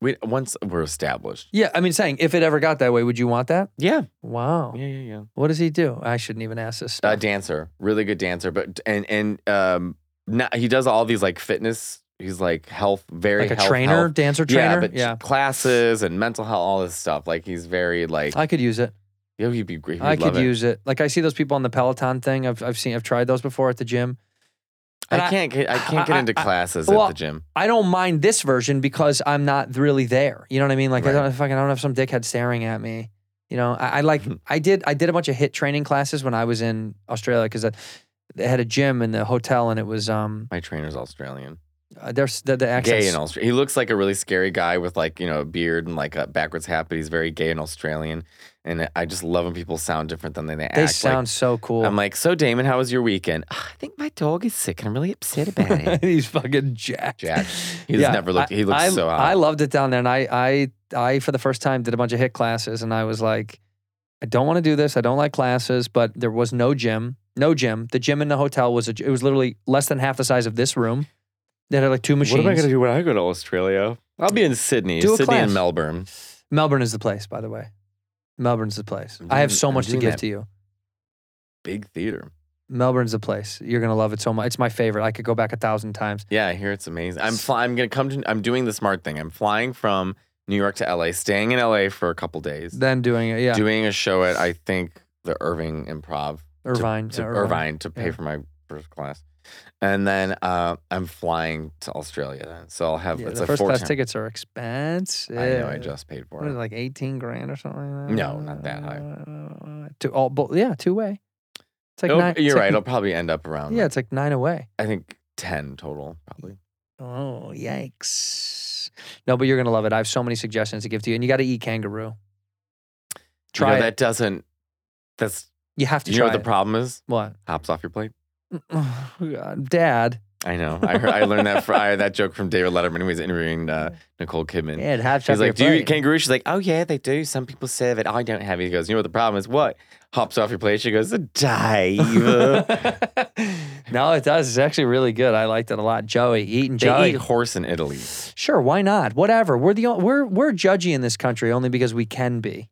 Speaker 9: We once we're established.
Speaker 1: Yeah, I mean, saying if it ever got that way, would you want that?
Speaker 9: Yeah.
Speaker 1: Wow.
Speaker 9: Yeah, yeah, yeah.
Speaker 1: What does he do? I shouldn't even ask this.
Speaker 9: a
Speaker 1: Stuff.
Speaker 9: dancer, really good dancer, but and and um, not, he does all these like fitness. He's like health, very
Speaker 1: like a
Speaker 9: health-
Speaker 1: trainer,
Speaker 9: health-
Speaker 1: dancer
Speaker 9: yeah,
Speaker 1: trainer.
Speaker 9: but classes and mental health, all this stuff. Like he's very like,
Speaker 1: I could use it.
Speaker 9: yeah, he'd be great. He'd
Speaker 1: I could
Speaker 9: love it.
Speaker 1: use it. Like I see those people on the Peloton thing. I've I've seen I've tried those before at the gym. And
Speaker 9: I can't get, I can't get
Speaker 1: I-
Speaker 9: into
Speaker 1: I-
Speaker 9: classes
Speaker 1: well,
Speaker 9: at the gym.
Speaker 1: I don't mind this version because I'm not really there. You know what I mean? Like I
Speaker 9: Right. Mm-hmm.
Speaker 1: don't fucking I don't have some dickhead staring at me. You know, I, I like I did I did a bunch of hit training classes when I was in Australia because they had a gym in the hotel and it was um
Speaker 9: My trainer's Australian,
Speaker 1: uh, there's the, the accents.
Speaker 9: gay and Australian. He looks like a really scary guy with like you know a beard and like a backwards hat, but he's very gay and Australian. And I just love when people sound different than they, act.
Speaker 1: they
Speaker 9: Like,
Speaker 1: sound so cool.
Speaker 9: I'm like, so Damon, how was your weekend? "Ah, I think my dog is sick, and I'm really upset about it.
Speaker 1: He's fucking jacked.
Speaker 9: Jack. He's never looked.
Speaker 1: I-
Speaker 9: He looks
Speaker 1: I,
Speaker 9: so hot.
Speaker 1: I loved it down there, and I, I, I, for the first time, did a bunch of hit classes, and I was like, I don't want to do this. I don't like classes, but there was no gym. No gym. The gym in the hotel was a, it was literally less than half the size of this room. They had like two machines.
Speaker 9: What am I going to do when I go to Australia? I'll be in Sydney,
Speaker 1: Do a
Speaker 9: Sydney
Speaker 1: class.
Speaker 9: and Melbourne.
Speaker 1: Melbourne is the place, by the way. Melbourne's the place.
Speaker 9: I'm
Speaker 1: I have
Speaker 9: doing-
Speaker 1: so
Speaker 9: I'm
Speaker 1: much to
Speaker 9: doing
Speaker 1: give
Speaker 9: that.
Speaker 1: to you.
Speaker 9: Big theater.
Speaker 1: Melbourne's the place. You're gonna love it so much. It's my favorite. I could go back a thousand times.
Speaker 9: Yeah, I hear it's amazing. I'm fly- I'm going to come to I'm doing the smart thing. I'm flying from New York to LA, staying in LA for a couple days.
Speaker 1: Then doing it, yeah.
Speaker 9: Doing a show at I think the Irving Improv
Speaker 1: Irvine,
Speaker 9: to
Speaker 1: yeah,
Speaker 9: Irvine. to pay
Speaker 1: yeah.
Speaker 9: for my first class, and then uh, I'm flying to Australia. Then, so I'll have
Speaker 1: Yeah,
Speaker 9: it's
Speaker 1: the
Speaker 9: a
Speaker 1: first
Speaker 9: four
Speaker 1: class tickets are expensive.
Speaker 9: I know I just paid for
Speaker 1: What is it,
Speaker 9: it.
Speaker 1: like eighteen grand or something? Like that?
Speaker 9: No, not that
Speaker 1: high. Two, all, bo- yeah, two way. It's like
Speaker 9: It'll-
Speaker 1: nine. it's
Speaker 9: you're
Speaker 1: like-
Speaker 9: right. It'll probably end up around.
Speaker 1: yeah,
Speaker 9: Yeah,
Speaker 1: it's like nine away.
Speaker 9: I think ten total probably.
Speaker 1: Oh yikes! No, but you're gonna love it. I have so many suggestions to give to you, and you got to eat kangaroo.
Speaker 9: You know,
Speaker 1: Try
Speaker 9: that
Speaker 1: it.
Speaker 9: doesn't. That's
Speaker 1: You have to
Speaker 9: you know
Speaker 1: try
Speaker 9: what the
Speaker 1: it.
Speaker 9: problem is.
Speaker 1: What?
Speaker 9: Hops off your plate.
Speaker 1: Oh, God. Dad.
Speaker 9: I know. I heard, I learned that fr I, that joke from David Letterman when he was interviewing uh, Nicole Kidman.
Speaker 1: Dad, hops
Speaker 9: She's
Speaker 1: off your
Speaker 9: like, "Do you eat
Speaker 1: plate."
Speaker 9: kangaroo?" She's like, "Oh yeah, they do. Some people serve it. I don't have it." He goes, "You know what the problem is? What?" Hops off your plate. She goes, "Dave."
Speaker 1: no, it does. It's actually really good. I liked it a lot. Joey, eating
Speaker 9: they
Speaker 1: Joey.
Speaker 9: eat horse in Italy.
Speaker 1: Sure, why not? Whatever. We're the o- we're we're judgy in this country only because we can be.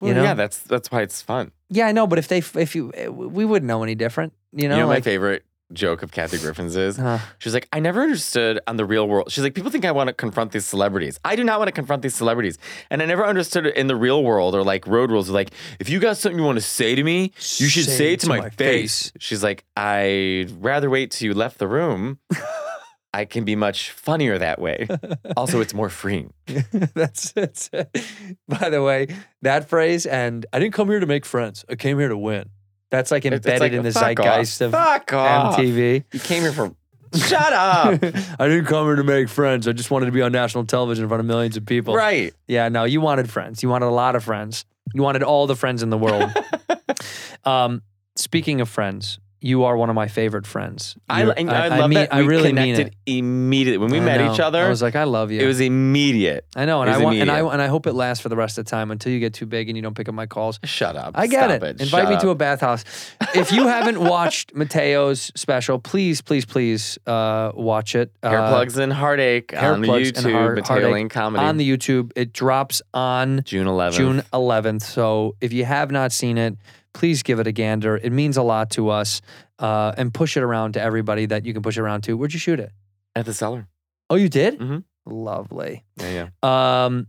Speaker 1: You
Speaker 9: Well,
Speaker 1: know?
Speaker 9: Yeah, that's that's why it's fun.
Speaker 1: Yeah, I know. But if they f- if you eh, we wouldn't know any different. You
Speaker 9: You
Speaker 1: know,
Speaker 9: know,
Speaker 1: like
Speaker 9: my favorite joke of Kathy Griffin's is
Speaker 1: Huh.
Speaker 9: she's like, I never understood on the real world. She's like, people think I want to confront these celebrities. I do not want to confront these celebrities. And I never understood it in the real world or like road rules. Like, if you got something you want to say to me, you should say, it to, my, face. She's like, I'd rather wait till you left the room. I can be much funnier that way. also, it's more freeing.
Speaker 1: that's it. By the way, that phrase and I didn't come here to make friends. I came here to win. That's like
Speaker 9: It's- it's
Speaker 1: embedded
Speaker 9: like,
Speaker 1: in the
Speaker 9: "Fuck off.
Speaker 1: zeitgeist of
Speaker 9: Fuck off.
Speaker 1: MTV.
Speaker 9: You came here for. Shut up.
Speaker 1: I didn't come here to make friends. I just wanted to be on national television in front of millions of people.
Speaker 9: right.
Speaker 1: Yeah, no, you wanted friends. You wanted a lot of friends. You wanted all the friends in the world. um, speaking of friends, you are one of my favorite friends.
Speaker 9: I,
Speaker 1: You're-
Speaker 9: I, I love
Speaker 1: mean-
Speaker 9: that.
Speaker 1: I
Speaker 9: we
Speaker 1: really mean
Speaker 9: connected
Speaker 1: it.
Speaker 9: immediately when we
Speaker 1: I
Speaker 9: met each
Speaker 1: know.
Speaker 9: other.
Speaker 1: I was like, I love you.
Speaker 9: it was immediate.
Speaker 1: I know, and
Speaker 9: it was
Speaker 1: I want, and I
Speaker 9: immediate.
Speaker 1: and I hope it lasts for the rest of the time until you get too big and you don't pick up my calls.
Speaker 9: Shut up.
Speaker 1: I get
Speaker 9: Stop
Speaker 1: it. Invite
Speaker 9: Shut
Speaker 1: me to a
Speaker 9: up.
Speaker 1: bathhouse. If you haven't watched Mateo's special, please, please, please uh, watch it.
Speaker 9: hair
Speaker 1: Uh,
Speaker 9: plugs and heartache
Speaker 1: Hair
Speaker 9: on the
Speaker 1: Plugs and
Speaker 9: YouTube.
Speaker 1: Heart-
Speaker 9: Mateo
Speaker 1: Heartache
Speaker 9: Lane comedy
Speaker 1: on the YouTube. It drops on
Speaker 9: June 11th.
Speaker 1: June 11th. So if you have not seen it, please give it a gander. It means a lot to us. Uh, and push it around to everybody that you can push it around to. Where'd you shoot it?
Speaker 9: at the cellar.
Speaker 1: Oh, you did?
Speaker 9: Mhm.
Speaker 1: Lovely.
Speaker 9: Yeah, yeah.
Speaker 1: Um,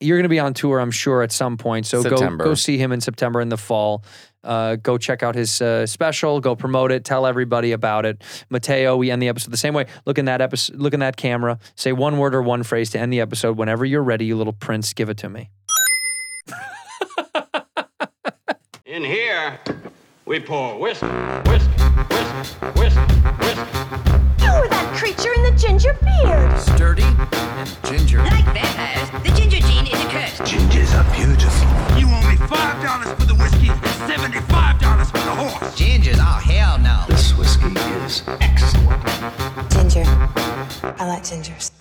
Speaker 1: you're going to be on tour, I'm sure, at some point. So
Speaker 9: September.
Speaker 1: go go see him in September in the fall. Uh, go check out his uh, special. Go promote it. Tell everybody about it. Mateo, we end the episode the same way. Look in that episode. Look in that camera. Say one word or one phrase to end the episode. Whenever you're ready, you little prince, give it to me.
Speaker 2: In here, we pour whisk, whisk, whisk, whisk, whisk.
Speaker 3: You were that creature in the ginger beard.
Speaker 4: Sturdy and ginger.
Speaker 5: Like vampires, the ginger gene is a curse.
Speaker 6: Gingers are beautiful.
Speaker 7: You owe me five dollars for the whiskey and seventy-five dollars for the horse.
Speaker 4: Gingers. Oh, hell no.
Speaker 6: This whiskey is excellent.
Speaker 8: Ginger. I like gingers.